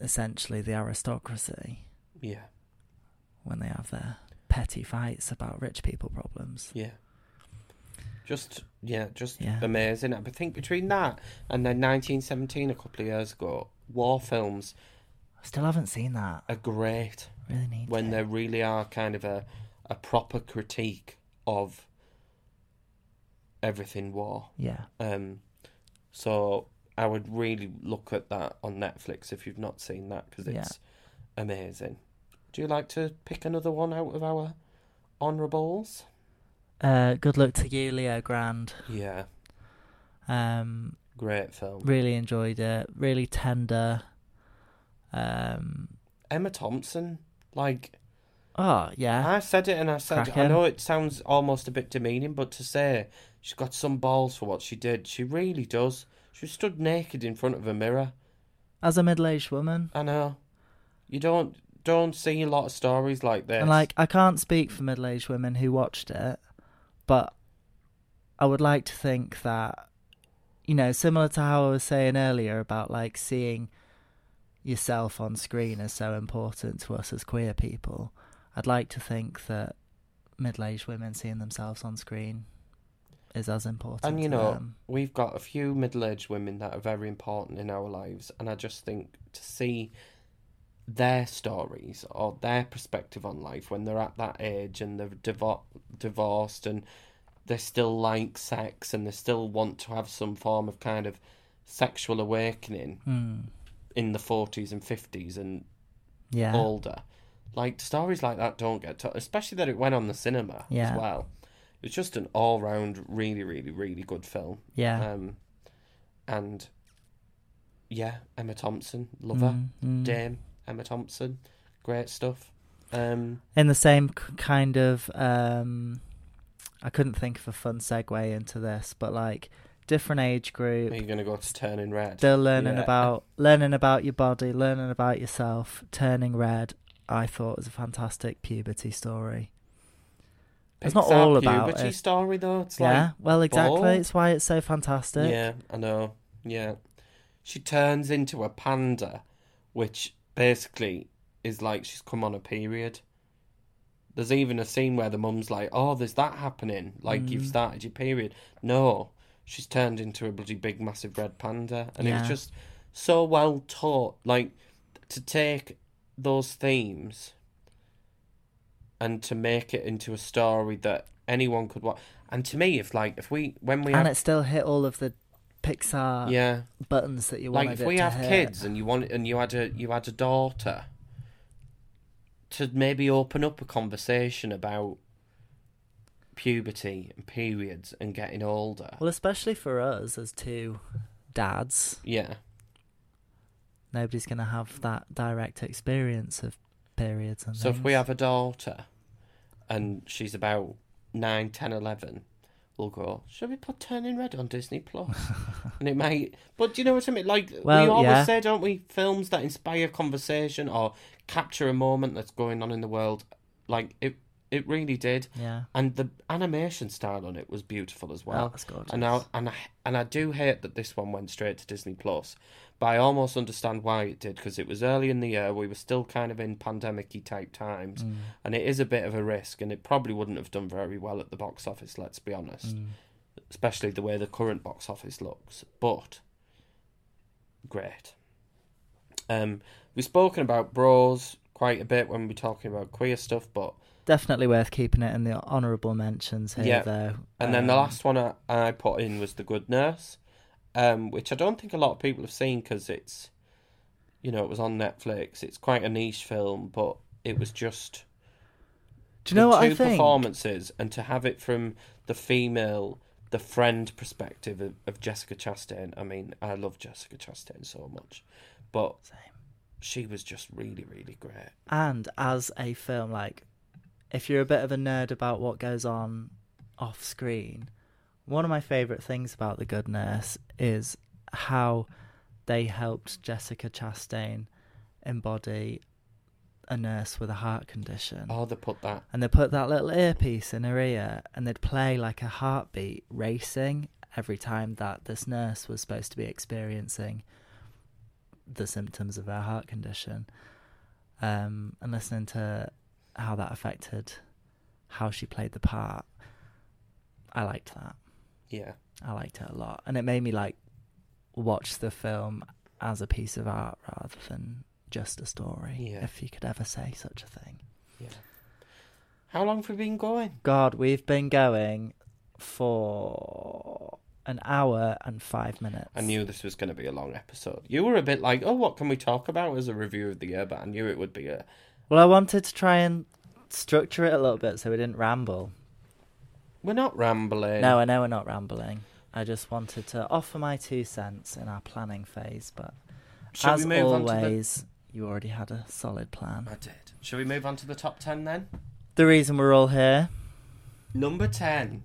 Speaker 2: essentially the aristocracy
Speaker 1: yeah
Speaker 2: when they have their petty fights about rich people problems.
Speaker 1: yeah just yeah just
Speaker 2: Yeah.
Speaker 1: amazing i think between that and then 1917 a couple of years ago war films
Speaker 2: I still haven't seen that.
Speaker 1: are great
Speaker 2: Really need
Speaker 1: when
Speaker 2: it.
Speaker 1: there really are kind of a a proper critique of everything war.
Speaker 2: Yeah.
Speaker 1: Um, so I would really look at that on Netflix if you've not seen that because
Speaker 2: Yeah.
Speaker 1: it's amazing. Do you like to pick another one out of our honourables?
Speaker 2: Uh, good luck to you, Leo Grand.
Speaker 1: Yeah,
Speaker 2: Um,
Speaker 1: great film.
Speaker 2: really enjoyed it. Really tender. Um,
Speaker 1: Emma Thompson, like
Speaker 2: oh yeah,
Speaker 1: I said it and I said, I
Speaker 2: Cracking.
Speaker 1: know it sounds almost a bit demeaning, but to say she's got some balls for what she did, she really does. She stood naked in front of a mirror.
Speaker 2: as a middle-aged woman,
Speaker 1: I know. You don't don't see a lot of stories like this.
Speaker 2: and like I can't speak for middle-aged women who watched it, but I would like to think that, you know, similar to how I was saying earlier about like seeing yourself on screen is so important to us as queer people. I'd like to think that middle-aged women seeing themselves on screen is as important.
Speaker 1: and you
Speaker 2: to
Speaker 1: know,
Speaker 2: them.
Speaker 1: we've got a few middle-aged women that are very important in our lives, and I just think to see their stories or their perspective on life when they're at that age and they're divor- divorced and they still like sex and they still want to have some form of kind of sexual awakening
Speaker 2: Hmm.
Speaker 1: in the 40s and 50s and
Speaker 2: yeah,
Speaker 1: older. Like stories like that don't get told, especially that it went on the cinema
Speaker 2: Yeah.
Speaker 1: as well. It was just an all round, really, really, really good film.
Speaker 2: yeah.
Speaker 1: Um, and yeah, Emma Thompson, love her,
Speaker 2: Mm. Mm-hmm.
Speaker 1: Dame Emma Thompson, great stuff. Um,
Speaker 2: in the same k- kind of um i couldn't think of a fun segue into this but like different age group
Speaker 1: are you going to go to Turning Red?
Speaker 2: still learning
Speaker 1: Yeah.
Speaker 2: about learning about your body learning about yourself turning red i thought was a fantastic puberty story it's not
Speaker 1: Pixar
Speaker 2: all about
Speaker 1: puberty
Speaker 2: it.
Speaker 1: story though. It's
Speaker 2: yeah
Speaker 1: like
Speaker 2: well exactly
Speaker 1: bold.
Speaker 2: it's why it's so fantastic
Speaker 1: Yeah, I know. Yeah. She turns into a panda, which basically is like she's come on a period. There's even a scene where the mum's like, Oh, there's that happening. Like, you've
Speaker 2: Mm.
Speaker 1: started your period. No, she's turned into a bloody big, massive red panda. And it
Speaker 2: Yeah.
Speaker 1: was just so well taught. Like, to take those themes and to make it into a story that anyone could watch. And to me, if like if we when we
Speaker 2: and
Speaker 1: have
Speaker 2: it still hit all of the pixar
Speaker 1: yeah.
Speaker 2: buttons that you wanted
Speaker 1: Like if
Speaker 2: it
Speaker 1: we
Speaker 2: to
Speaker 1: have
Speaker 2: hit.
Speaker 1: kids and you want and you had a you had a daughter to maybe open up a conversation about puberty and periods and getting older.
Speaker 2: well especially for us as two dads
Speaker 1: yeah.
Speaker 2: nobody's going to have that direct experience of periods and
Speaker 1: So if we
Speaker 2: things.
Speaker 1: have a daughter and she's about 9, 10, 11, we'll go, should we put Turning Red on Disney Plus? and it might... But do you know what I mean? Like, we
Speaker 2: Well,
Speaker 1: always
Speaker 2: yeah.
Speaker 1: say, don't we, films that inspire conversation or capture a moment that's going on in the world. Like, it it really did.
Speaker 2: yeah
Speaker 1: And the animation style on it was beautiful as well.
Speaker 2: Oh, that's gorgeous.
Speaker 1: And I, and I and I do hate that this one went straight to Disney Plus, but I almost understand why it did because it was early in the year. We were still kind of in pandemic-y type times,
Speaker 2: Mm.
Speaker 1: and it is a bit of a risk, and it probably wouldn't have done very well at the box office. Let's be honest,
Speaker 2: Mm.
Speaker 1: especially the way the current box office looks. But great. Um, we've spoken about bros quite a bit when we're talking about queer stuff, but
Speaker 2: definitely worth keeping it in the honorable mentions here
Speaker 1: Yeah.
Speaker 2: though Um,
Speaker 1: And then the last one I, I put in was The Good Nurse, um, which I don't think a lot of people have seen because it's, you know, it was on Netflix. It's quite a niche film, but it was just
Speaker 2: do you know
Speaker 1: the
Speaker 2: what
Speaker 1: two
Speaker 2: i think
Speaker 1: performances and to have it from the female the friend perspective of, of Jessica Chastain. I mean, I love Jessica Chastain so much, but she was just really, really great.
Speaker 2: And as a film, like, if you're a bit of a nerd about what goes on off screen, one of my favourite things about The Good Nurse is how they helped Jessica Chastain embody a nurse with a heart condition.
Speaker 1: Oh, they put that.
Speaker 2: And they put that little earpiece in her ear and they'd play like a heartbeat racing every time that this nurse was supposed to be experiencing the symptoms of her heart condition. Um, and listening to how that affected how she played the part, I liked that.
Speaker 1: Yeah.
Speaker 2: I liked it a lot. And it made me like watch the film as a piece of art rather than just a story,
Speaker 1: Yeah.
Speaker 2: if you could ever say such a thing.
Speaker 1: Yeah. How long have we been going?
Speaker 2: God, we've been going for an hour and five minutes.
Speaker 1: I knew this was going to be a long episode. You were a bit like, oh, what can we talk about as a review of the year? But I knew it would be a.
Speaker 2: Well, I wanted to try and structure it a little bit so we didn't ramble.
Speaker 1: We're not rambling.
Speaker 2: No, I know we're not rambling. I just wanted to offer my two cents in our planning phase, but
Speaker 1: Shall
Speaker 2: as
Speaker 1: we move on to the...
Speaker 2: always, you already had a solid plan.
Speaker 1: I did. Shall we move on to the top 10 then?
Speaker 2: The reason we're all here,
Speaker 1: Number 10.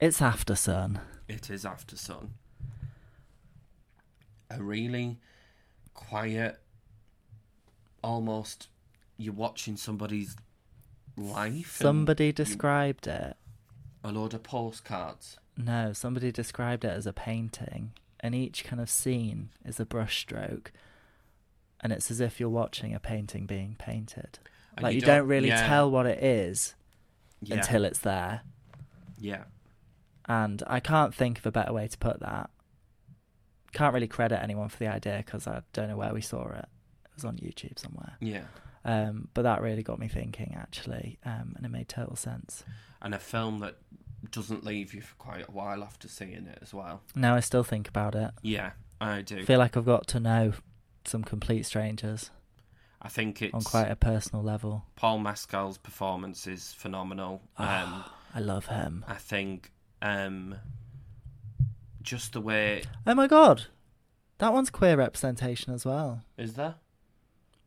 Speaker 2: it's after sun.
Speaker 1: It is After Sun. A really quiet, almost you're watching somebody's life. and
Speaker 2: Somebody described it.
Speaker 1: a load of postcards.
Speaker 2: No, somebody described it as a painting, and each kind of scene is a brushstroke, and it's as if you're watching a painting being painted.
Speaker 1: And
Speaker 2: like
Speaker 1: you
Speaker 2: you,
Speaker 1: don't-
Speaker 2: don't, really
Speaker 1: yeah.
Speaker 2: tell what it is
Speaker 1: Yeah.
Speaker 2: until it's there,
Speaker 1: yeah.
Speaker 2: and I can't think of a better way to put that. Can't really credit anyone for the idea because I don't know where we saw it. It was on YouTube somewhere.
Speaker 1: Yeah.
Speaker 2: Um, but that really got me thinking, actually, um, and it made total sense.
Speaker 1: And a film that doesn't leave you for quite a while after seeing it as well.
Speaker 2: Now I still think about it.
Speaker 1: Yeah, I do.
Speaker 2: feel like I've got to know some complete strangers
Speaker 1: I think it's
Speaker 2: on quite a personal level.
Speaker 1: Paul Mescal's performance is phenomenal. Um,
Speaker 2: Ah, I love him.
Speaker 1: I think um, just the way
Speaker 2: Oh my god, that one's queer representation as well.
Speaker 1: is there.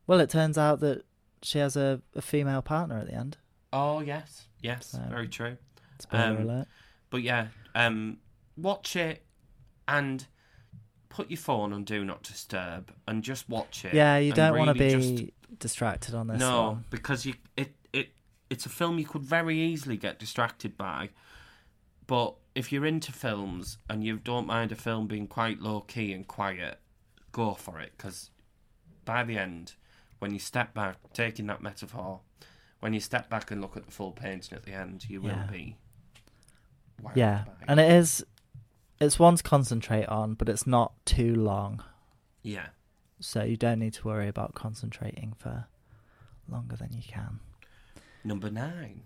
Speaker 2: Well, it turns out that she has a, a female partner at the end.
Speaker 1: Oh yes, yes,
Speaker 2: So-
Speaker 1: very true.
Speaker 2: Spoiler
Speaker 1: Um,
Speaker 2: alert.
Speaker 1: But yeah, um, watch it and put your phone on do not disturb and just watch it.
Speaker 2: Yeah, you
Speaker 1: and
Speaker 2: don't want to
Speaker 1: really
Speaker 2: be
Speaker 1: just-
Speaker 2: distracted on this
Speaker 1: no
Speaker 2: one.
Speaker 1: because you it it it's a film you could very easily get distracted by. But if you're into films and you don't mind a film being quite low key and quiet, go for it because by the end, when you step back, taking that metaphor, when you step back and look at the full painting at the end, you
Speaker 2: Yeah.
Speaker 1: will be. wowed
Speaker 2: Yeah,
Speaker 1: by
Speaker 2: and it is. It's one to concentrate on, but it's not too long,
Speaker 1: yeah,
Speaker 2: so you don't need to worry about concentrating for longer than you can.
Speaker 1: number nine.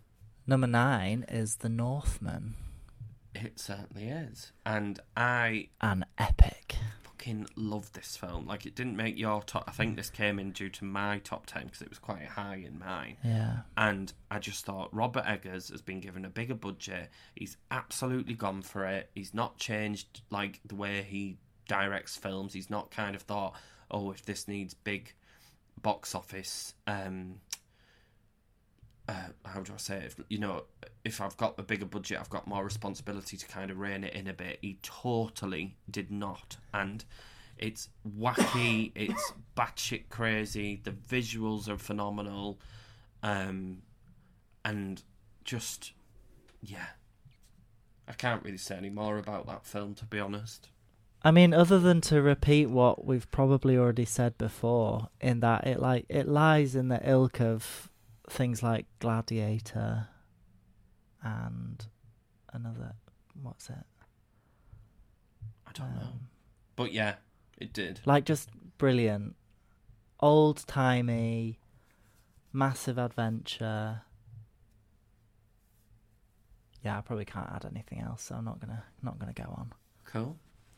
Speaker 2: Number nine is The Northman,
Speaker 1: It certainly is, and I
Speaker 2: an epic.
Speaker 1: fucking love this film. Like, it didn't make your top. I think this came in due to my top ten because it was quite high in mine.
Speaker 2: Yeah.
Speaker 1: And I just thought Robert Eggers has been given a bigger budget. He's absolutely gone for it. He's not changed like the way he directs films. He's not kind of thought, oh, if this needs big box office, um, uh, how do I say it? If, you know, if I've got a bigger budget, I've got more responsibility to kind of rein it in a bit. He totally did not, and it's wacky. it's batshit crazy. The visuals are phenomenal, um, and just yeah, I can't really say any more about that film to be honest.
Speaker 2: I mean, other than to repeat what we've probably already said before, in that it like it lies in the ilk of things like Gladiator and another what's it?
Speaker 1: I don't know, but yeah, it did.
Speaker 2: Like just brilliant, old timey, massive adventure. Yeah, I probably can't add anything else, so I'm not gonna not gonna go on.
Speaker 1: Cool.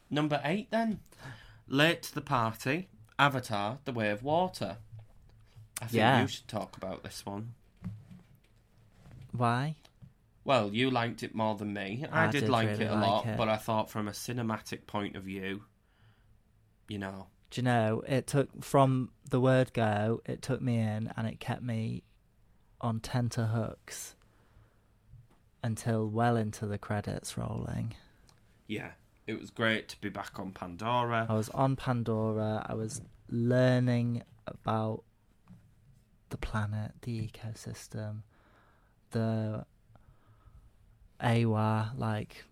Speaker 1: Number eight then. Late to the party. Avatar: The Way of Water. I think
Speaker 2: Yeah.
Speaker 1: you should talk about this one.
Speaker 2: Why?
Speaker 1: Well, you liked it more than me. I,
Speaker 2: I
Speaker 1: did,
Speaker 2: did
Speaker 1: like
Speaker 2: really
Speaker 1: it a
Speaker 2: like
Speaker 1: lot,
Speaker 2: it.
Speaker 1: but I thought from a cinematic point of view, you know,
Speaker 2: Do you know, it took from the word go, it took me in and it kept me on tenterhooks until well into the credits rolling.
Speaker 1: yeah, it was great to be back on Pandora.
Speaker 2: I was on Pandora, I was learning about the planet, the ecosystem, the AWA, like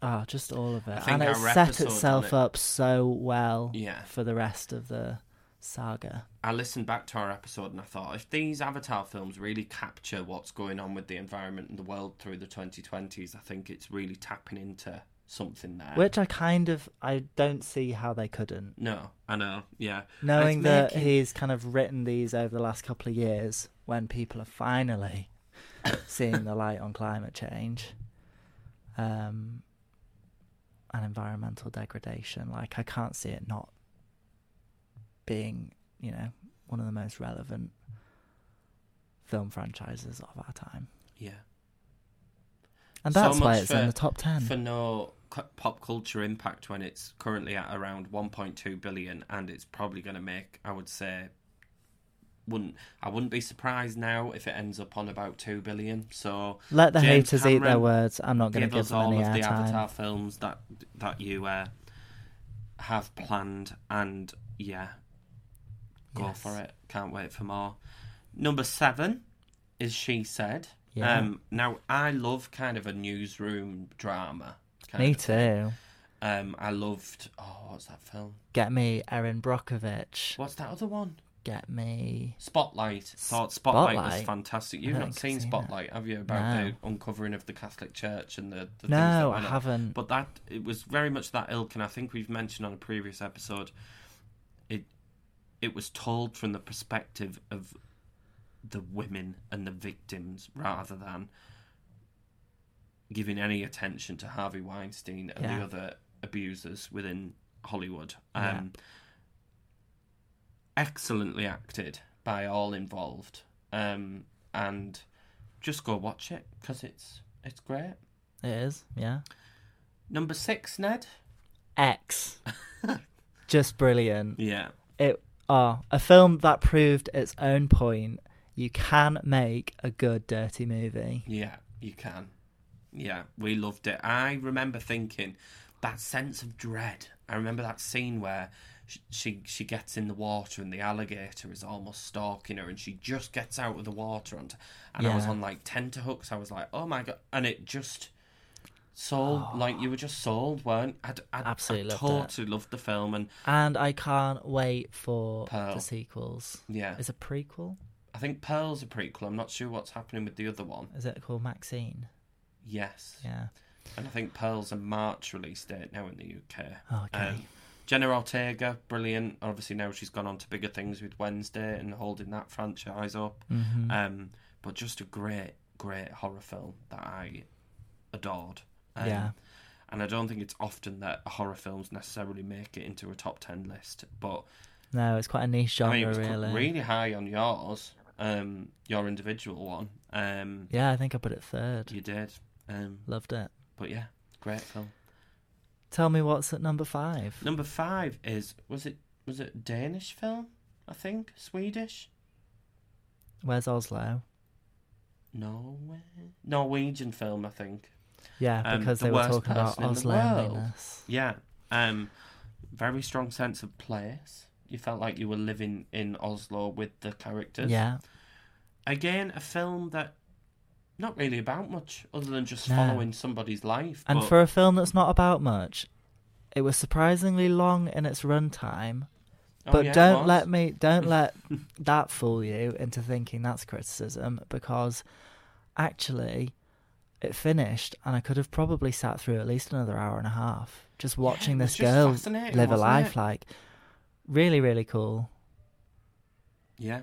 Speaker 2: ah, just all of
Speaker 1: I
Speaker 2: it.
Speaker 1: think
Speaker 2: And it
Speaker 1: our
Speaker 2: set
Speaker 1: episode on
Speaker 2: itself
Speaker 1: it-
Speaker 2: up so well
Speaker 1: Yeah.
Speaker 2: for the rest of the saga.
Speaker 1: I listened back to our episode and I thought, if these Avatar films really capture what's going on with the environment and the world through the 2020s, I think it's really tapping into something there.
Speaker 2: Which I kind of I don't see how they couldn't.
Speaker 1: No, I know. Yeah,
Speaker 2: Knowing
Speaker 1: It's
Speaker 2: that
Speaker 1: making-
Speaker 2: he's kind of written these over the last couple of years when people are finally seeing the light on climate change um, and environmental degradation. Like, I can't see it not being, you know, one of the most relevant film franchises of our time.
Speaker 1: yeah,
Speaker 2: And
Speaker 1: So
Speaker 2: that's why
Speaker 1: much
Speaker 2: it's in
Speaker 1: for-
Speaker 2: the top 10.
Speaker 1: for no cu- pop culture impact when it's currently at around 1.2 billion, and it's probably going to make, I would say, wouldn't I wouldn't be surprised now if it ends up on about two billion. So
Speaker 2: Let the
Speaker 1: James
Speaker 2: haters eat their
Speaker 1: Cameron,
Speaker 2: words. I'm not going to
Speaker 1: give
Speaker 2: give
Speaker 1: us
Speaker 2: them
Speaker 1: all
Speaker 2: any
Speaker 1: of the Avatar
Speaker 2: airtime.
Speaker 1: films that that you uh, have planned, and yeah, go
Speaker 2: Yes.
Speaker 1: for it. Can't wait for more. Number seven is She Said.
Speaker 2: Yeah.
Speaker 1: Um, now I love kind of a newsroom drama. Kind
Speaker 2: Me
Speaker 1: of thing.
Speaker 2: too.
Speaker 1: Um, I loved. Oh, what's that film?
Speaker 2: Get me Erin Brockovich.
Speaker 1: What's that other one?
Speaker 2: Get me.
Speaker 1: Spotlight. Thought Spotlight, was
Speaker 2: Spotlight?
Speaker 1: fantastic.
Speaker 2: I
Speaker 1: You've
Speaker 2: don't
Speaker 1: not
Speaker 2: think I've
Speaker 1: seen
Speaker 2: seen it.
Speaker 1: Spotlight, have you? About
Speaker 2: No.
Speaker 1: the uncovering of the Catholic Church and the, the things that
Speaker 2: No, I
Speaker 1: went on.
Speaker 2: haven't.
Speaker 1: But that it was very much that ilk, and I think we've mentioned on a previous episode. It it was told from the perspective of the women and the victims, rather than giving any attention to Harvey Weinstein and
Speaker 2: Yeah.
Speaker 1: the other abusers within Hollywood. Um,
Speaker 2: Yeah.
Speaker 1: Excellently acted by all involved, um, and just go watch it because it's it's great.
Speaker 2: It is, yeah.
Speaker 1: Number six, Ned.
Speaker 2: X. Just brilliant.
Speaker 1: Yeah.
Speaker 2: It oh, a film that proved its own point. You can make a good dirty movie.
Speaker 1: Yeah, you can. Yeah, we loved it. I remember thinking that sense of dread. I remember that scene where she, she she gets in the water and the alligator is almost stalking her, and she just gets out of the water, and and I was
Speaker 2: Yeah.
Speaker 1: on like tenterhooks. I was like, oh my god, and it just sold like you were just sold, weren't? I, d- I- I
Speaker 2: Oh. Absolutely loved it.
Speaker 1: totally loved the film, and
Speaker 2: And I can't wait for
Speaker 1: Pearl.
Speaker 2: the sequels.
Speaker 1: yeah,
Speaker 2: Is a prequel?
Speaker 1: I think Pearl's a prequel. I'm not sure what's happening with the other one.
Speaker 2: Is it called Maxine?
Speaker 1: Yes,
Speaker 2: Yeah.
Speaker 1: And I think Pearl's a March release date now in the UK.
Speaker 2: Oh, Okay.
Speaker 1: Jenna Ortega, brilliant. Obviously now she's gone on to bigger things with Wednesday and holding that franchise up.
Speaker 2: Mm-hmm.
Speaker 1: Um, but just a great, great horror film that I adored. Um,
Speaker 2: Yeah.
Speaker 1: And I don't think it's often that horror films necessarily make it into a top ten list, but
Speaker 2: No, it's quite a niche genre,
Speaker 1: I mean it was qu-
Speaker 2: really.
Speaker 1: really high on yours, um, your individual one. Um,
Speaker 2: Yeah, I think I put it third.
Speaker 1: you did. Um,
Speaker 2: Loved it.
Speaker 1: but yeah, great film.
Speaker 2: Tell me what's at number five.
Speaker 1: Number five is was it was it a Danish film? I think Swedish,
Speaker 2: Where's Oslo?
Speaker 1: Norway, Norwegian film. I think.
Speaker 2: Yeah,
Speaker 1: Um,
Speaker 2: because
Speaker 1: the
Speaker 2: they were
Speaker 1: worst
Speaker 2: talking about
Speaker 1: person in the
Speaker 2: Oslo
Speaker 1: world.
Speaker 2: loneliness.
Speaker 1: Yeah. Um, very strong sense of place. You felt like you were living in Oslo with the characters.
Speaker 2: Yeah.
Speaker 1: Again, a film that not really about much other than just
Speaker 2: No.
Speaker 1: following somebody's life.
Speaker 2: And
Speaker 1: but
Speaker 2: for a film that's not about much, it was surprisingly long in its runtime.
Speaker 1: Oh,
Speaker 2: but
Speaker 1: yeah, it
Speaker 2: don't
Speaker 1: was.
Speaker 2: let me don't let that fool you into thinking that's criticism because actually it finished and I could have probably sat through at least another hour and a half just watching
Speaker 1: it was
Speaker 2: this
Speaker 1: just
Speaker 2: girl
Speaker 1: fascinating,
Speaker 2: live a
Speaker 1: wasn't
Speaker 2: life
Speaker 1: it?
Speaker 2: like really really cool.
Speaker 1: Yeah.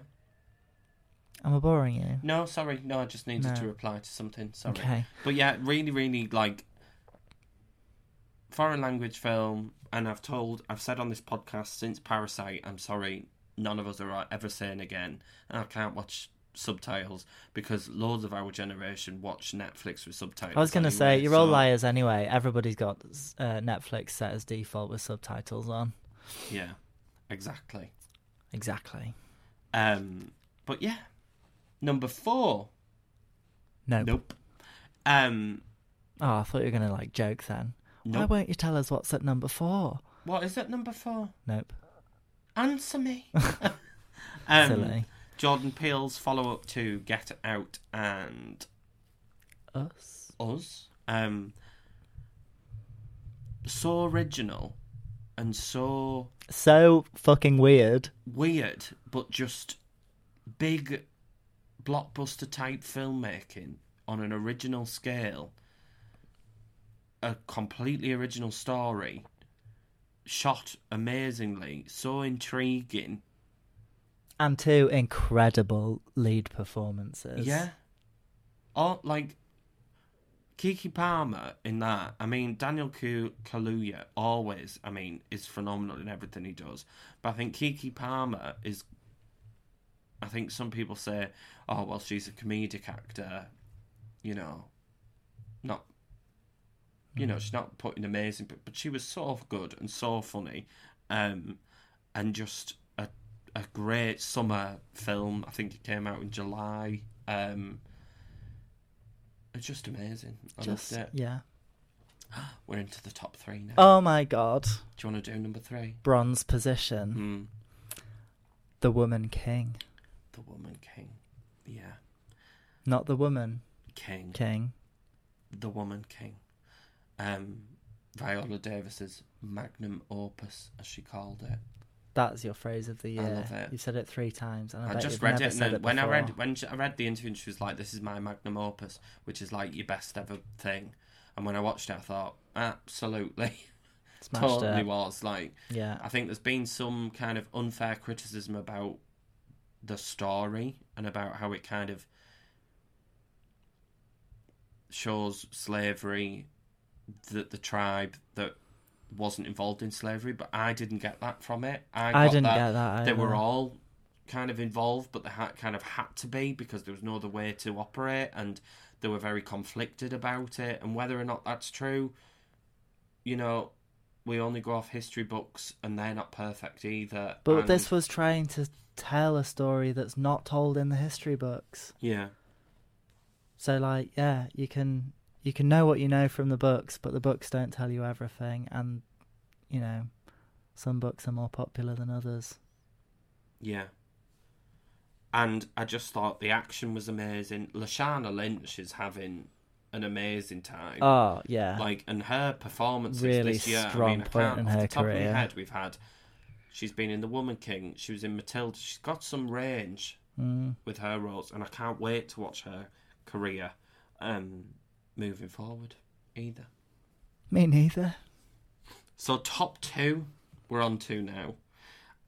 Speaker 2: Am I boring you?
Speaker 1: No, sorry. No, I just needed
Speaker 2: No.
Speaker 1: to reply to something. Sorry.
Speaker 2: Okay.
Speaker 1: But yeah, really, really like foreign language film. And I've told, I've said on this podcast since Parasite, I'm sorry, none of us are ever seen again. And I can't watch subtitles because loads of our generation watch Netflix with subtitles.
Speaker 2: I was going to
Speaker 1: anyway,
Speaker 2: say, you're all
Speaker 1: so-
Speaker 2: liars anyway. Everybody's got uh, Netflix set as default with subtitles on.
Speaker 1: Yeah, exactly.
Speaker 2: Exactly.
Speaker 1: Um, but yeah, number four.
Speaker 2: No.
Speaker 1: Nope. Um,
Speaker 2: Oh, I thought you were going to like joke then. Why
Speaker 1: Nope.
Speaker 2: won't you tell us what's at number four?
Speaker 1: what is at number four?
Speaker 2: Nope.
Speaker 1: Answer me. um,
Speaker 2: Silly.
Speaker 1: Jordan Peele's follow up to Get Out and
Speaker 2: Us.
Speaker 1: Us. Um, so original and so
Speaker 2: So fucking weird.
Speaker 1: weird, but just big blockbuster type filmmaking on an original scale. A completely original story, shot amazingly, so intriguing.
Speaker 2: And two incredible lead performances.
Speaker 1: Yeah. Or like Kiki Palmer in that. I mean, Daniel Ku- Kaluuya always, I mean, is phenomenal in everything he does. But I think Kiki Palmer is. I think some people say, oh, well, she's a comedic actor. You know, not. You
Speaker 2: Mm.
Speaker 1: know, she's not putting amazing, but, but she was so good and so funny. Um, and just a a great summer film. I think it came out in July. Um, it's just amazing. I
Speaker 2: Just,
Speaker 1: loved it.
Speaker 2: yeah.
Speaker 1: We're into the top three now.
Speaker 2: Oh my god.
Speaker 1: Do you want to do number three?
Speaker 2: Bronze position.
Speaker 1: Hmm.
Speaker 2: The Woman King.
Speaker 1: The Woman King. Yeah,
Speaker 2: Not the Woman
Speaker 1: King.
Speaker 2: King.
Speaker 1: The Woman King. Um, Viola Davis's magnum opus, as she called it.
Speaker 2: That's your phrase of the year.
Speaker 1: I love it.
Speaker 2: You've said it three times, and I,
Speaker 1: I
Speaker 2: bet
Speaker 1: just
Speaker 2: you've
Speaker 1: read
Speaker 2: never
Speaker 1: it, and
Speaker 2: said
Speaker 1: then
Speaker 2: it
Speaker 1: when I
Speaker 2: before.
Speaker 1: read when she, I read the interview, and she was like, "This is my magnum opus, which is like your best ever thing." And when I watched it, I thought, absolutely,
Speaker 2: Smashed
Speaker 1: totally
Speaker 2: it.
Speaker 1: was like.
Speaker 2: Yeah.
Speaker 1: I think there's been some kind of unfair criticism about the story and about how it kind of shows slavery, that the tribe that wasn't involved in slavery, but I didn't get that from it. I,
Speaker 2: I
Speaker 1: got
Speaker 2: didn't get that
Speaker 1: They
Speaker 2: either.
Speaker 1: were all kind of involved, but they had, kind of had to be because there was no other way to operate, and they were very conflicted about it. And whether or not that's true, you know, we only go off history books, and they're not perfect either.
Speaker 2: But
Speaker 1: and-
Speaker 2: this was trying to tell a story that's not told in the history books.
Speaker 1: yeah,
Speaker 2: So like, yeah, you can you can know what you know from the books, but the books don't tell you everything and you know, some books are more popular than others.
Speaker 1: yeah. And I just thought the action was amazing. Lashana Lynch is having an amazing time.
Speaker 2: Oh, yeah.
Speaker 1: like and her performances
Speaker 2: Really
Speaker 1: this year.
Speaker 2: strong
Speaker 1: I mean, I
Speaker 2: point
Speaker 1: can't-
Speaker 2: in
Speaker 1: off
Speaker 2: her
Speaker 1: the top of my
Speaker 2: career.
Speaker 1: head, we've had. She's been in The Woman King. She was in Matilda. She's got some range
Speaker 2: Mm.
Speaker 1: with her roles, and I can't wait to watch her career um, moving forward. Either.
Speaker 2: Me neither.
Speaker 1: So top two, we're on to now,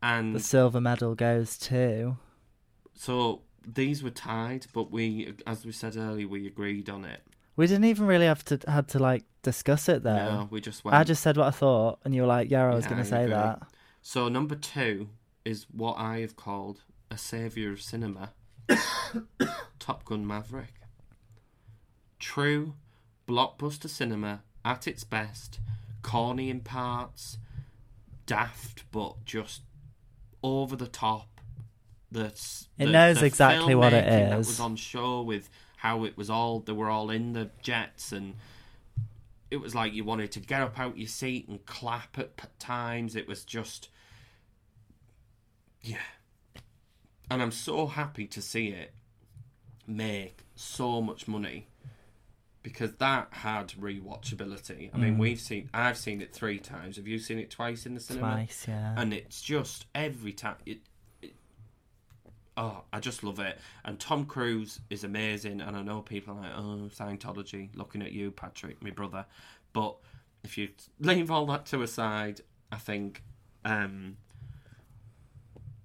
Speaker 1: and
Speaker 2: The silver medal goes to
Speaker 1: so these were tied, but we, as we said earlier, we agreed on it.
Speaker 2: We didn't even really have to had to like discuss it though.
Speaker 1: No, we just went.
Speaker 2: I just said what I thought and you were like, Yeah, I was
Speaker 1: Yeah, I
Speaker 2: gonna say
Speaker 1: agree.
Speaker 2: that.
Speaker 1: So number two is what I have called a savior of cinema, Top Gun Maverick. True blockbuster cinema at its best, corny in parts, daft but just over the top. The, s-
Speaker 2: It
Speaker 1: the-
Speaker 2: knows
Speaker 1: the
Speaker 2: exactly what it
Speaker 1: filmmaking That
Speaker 2: is.
Speaker 1: was on show with how it was all they were all in the jets and it was like you wanted to get up out your seat and clap at p- times. It was just, yeah. And I'm so happy to see it make so much money because that had rewatchability. I mean, we've seen, I've seen it three times. Have you seen it twice in the cinema?
Speaker 2: Twice, yeah.
Speaker 1: and it's just every time it, it oh i just love it and tom cruise is amazing and i know people are like oh scientology looking at you patrick my brother but if you leave all that to aside i think um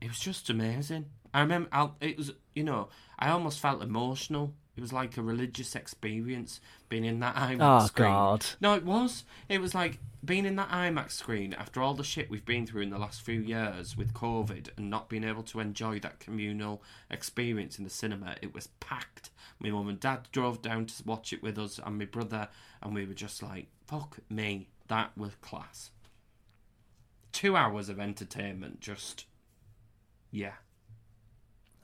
Speaker 1: it was just amazing i remember I, it was you know i almost felt emotional It was like a religious experience being in that IMAX
Speaker 2: Oh,
Speaker 1: screen.
Speaker 2: God.
Speaker 1: No, it was. It was like being in that IMAX screen after all the shit we've been through in the last few years with COVID and not being able to enjoy that communal experience in the cinema. It was packed. My mum and dad drove down to watch it with us and my brother, and we were just like, fuck me, that was class. Two hours of entertainment, just. Yeah.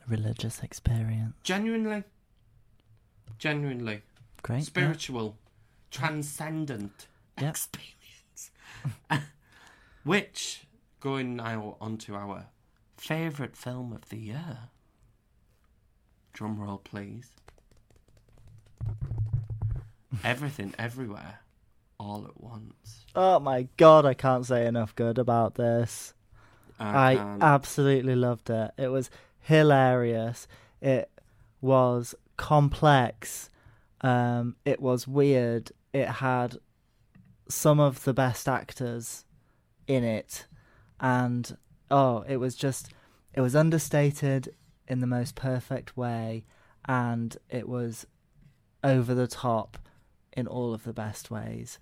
Speaker 2: Religious experience.
Speaker 1: Genuinely. Genuinely.
Speaker 2: Great. yeah.
Speaker 1: Spiritual. Transcendent.
Speaker 2: Yeah.
Speaker 1: experience. Which, going now on to our favourite film of the year. Drum roll, please. Everything, everywhere, all at once.
Speaker 2: Oh my god, I can't say enough good about this. I
Speaker 1: can't-
Speaker 2: absolutely loved it. It was hilarious. It was complex. Um, it was weird. It had some of the best actors in it, and oh, it was just it was understated in the most perfect way, and it was over the top in all of the best ways.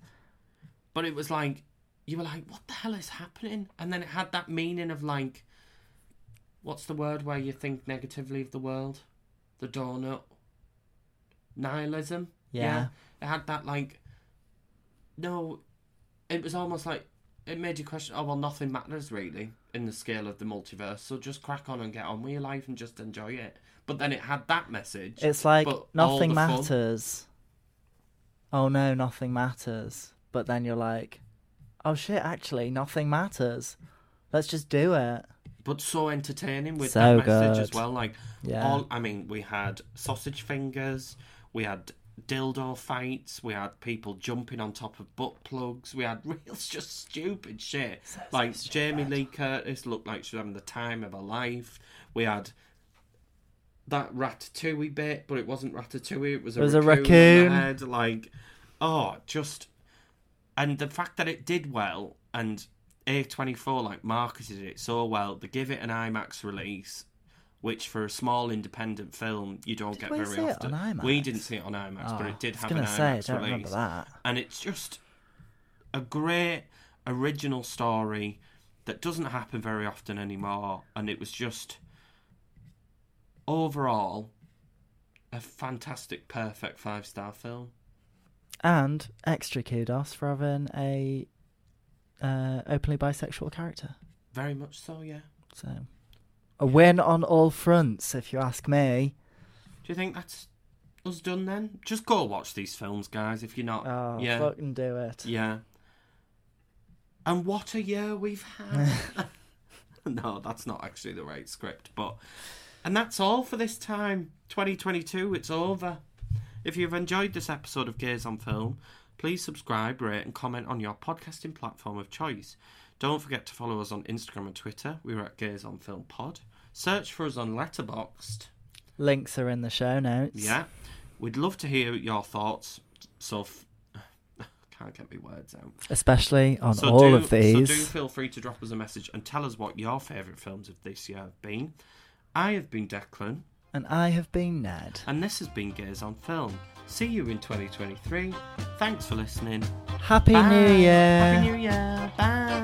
Speaker 1: but it was like you were like, "What the hell is happening?" And then it had that meaning of like, what's the word where you think negatively of the world? The donut. Nihilism.
Speaker 2: Yeah.
Speaker 1: It had that like, no, it was almost like it made you question. Oh well, nothing matters really in the scale of the multiverse. So just crack on and get on with your life and just enjoy it. But then it had that message.
Speaker 2: It's like
Speaker 1: but all
Speaker 2: nothing
Speaker 1: the fun-
Speaker 2: matters. Oh no, nothing matters. But then you're like, oh shit, actually, nothing matters. Let's just do it.
Speaker 1: but so entertaining with
Speaker 2: So
Speaker 1: that message as
Speaker 2: good.
Speaker 1: well. Like,
Speaker 2: Yeah.
Speaker 1: all I mean, we had sausage fingers, we had dildo fights, we had people jumping on top of butt plugs, we had real just stupid shit. like Jamie Lee Curtis looked like she was having the time of her life. We had that ratatouille bit, but it wasn't ratatouille. It was a
Speaker 2: It was a
Speaker 1: raccoon. in the
Speaker 2: raccoon.
Speaker 1: head, like, oh, just and the fact that it did well and A24 like marketed it so well, they give it an IMAX release, which for a small independent film you don't
Speaker 2: Did
Speaker 1: get
Speaker 2: we
Speaker 1: very
Speaker 2: see it
Speaker 1: often.
Speaker 2: on IMAX?
Speaker 1: We didn't see it on IMAX, but
Speaker 2: Oh,
Speaker 1: it did
Speaker 2: I was
Speaker 1: have an
Speaker 2: gonna say, I
Speaker 1: IMAX
Speaker 2: don't
Speaker 1: release.
Speaker 2: remember that.
Speaker 1: And it's just a great original story that doesn't happen very often anymore, and it was just overall a fantastic, perfect five star film.
Speaker 2: And extra kudos for having a uh, openly bisexual character.
Speaker 1: Very much so, yeah.
Speaker 2: So a win on all fronts, if you ask me.
Speaker 1: Do you think that's us done then? Just go watch these films, guys, if you're not.
Speaker 2: Oh,
Speaker 1: yeah.
Speaker 2: fucking do it.
Speaker 1: Yeah. And what a year we've had. no, that's not actually the right script, but. And that's all for this time. 2022, it's over. If you've enjoyed this episode of Gaze on Film, please subscribe, rate, and comment on your podcasting platform of choice. Don't forget to follow us on Instagram and Twitter. We're at Gaze on Film Pod. Search for us on Letterboxd.
Speaker 2: Links are in the show notes.
Speaker 1: Yeah. We'd love to hear your thoughts. So, f- can't get my words out.
Speaker 2: Especially on
Speaker 1: so
Speaker 2: all
Speaker 1: do,
Speaker 2: of these.
Speaker 1: So do feel free to drop us a message and tell us what your favourite films of this year have been. I have been Declan,
Speaker 2: And I have been Ned.
Speaker 1: and this has been Gears on Film. See you in 2023. Thanks for listening.
Speaker 2: Happy
Speaker 1: Bye.
Speaker 2: New Year.
Speaker 1: Happy New Year. Bye.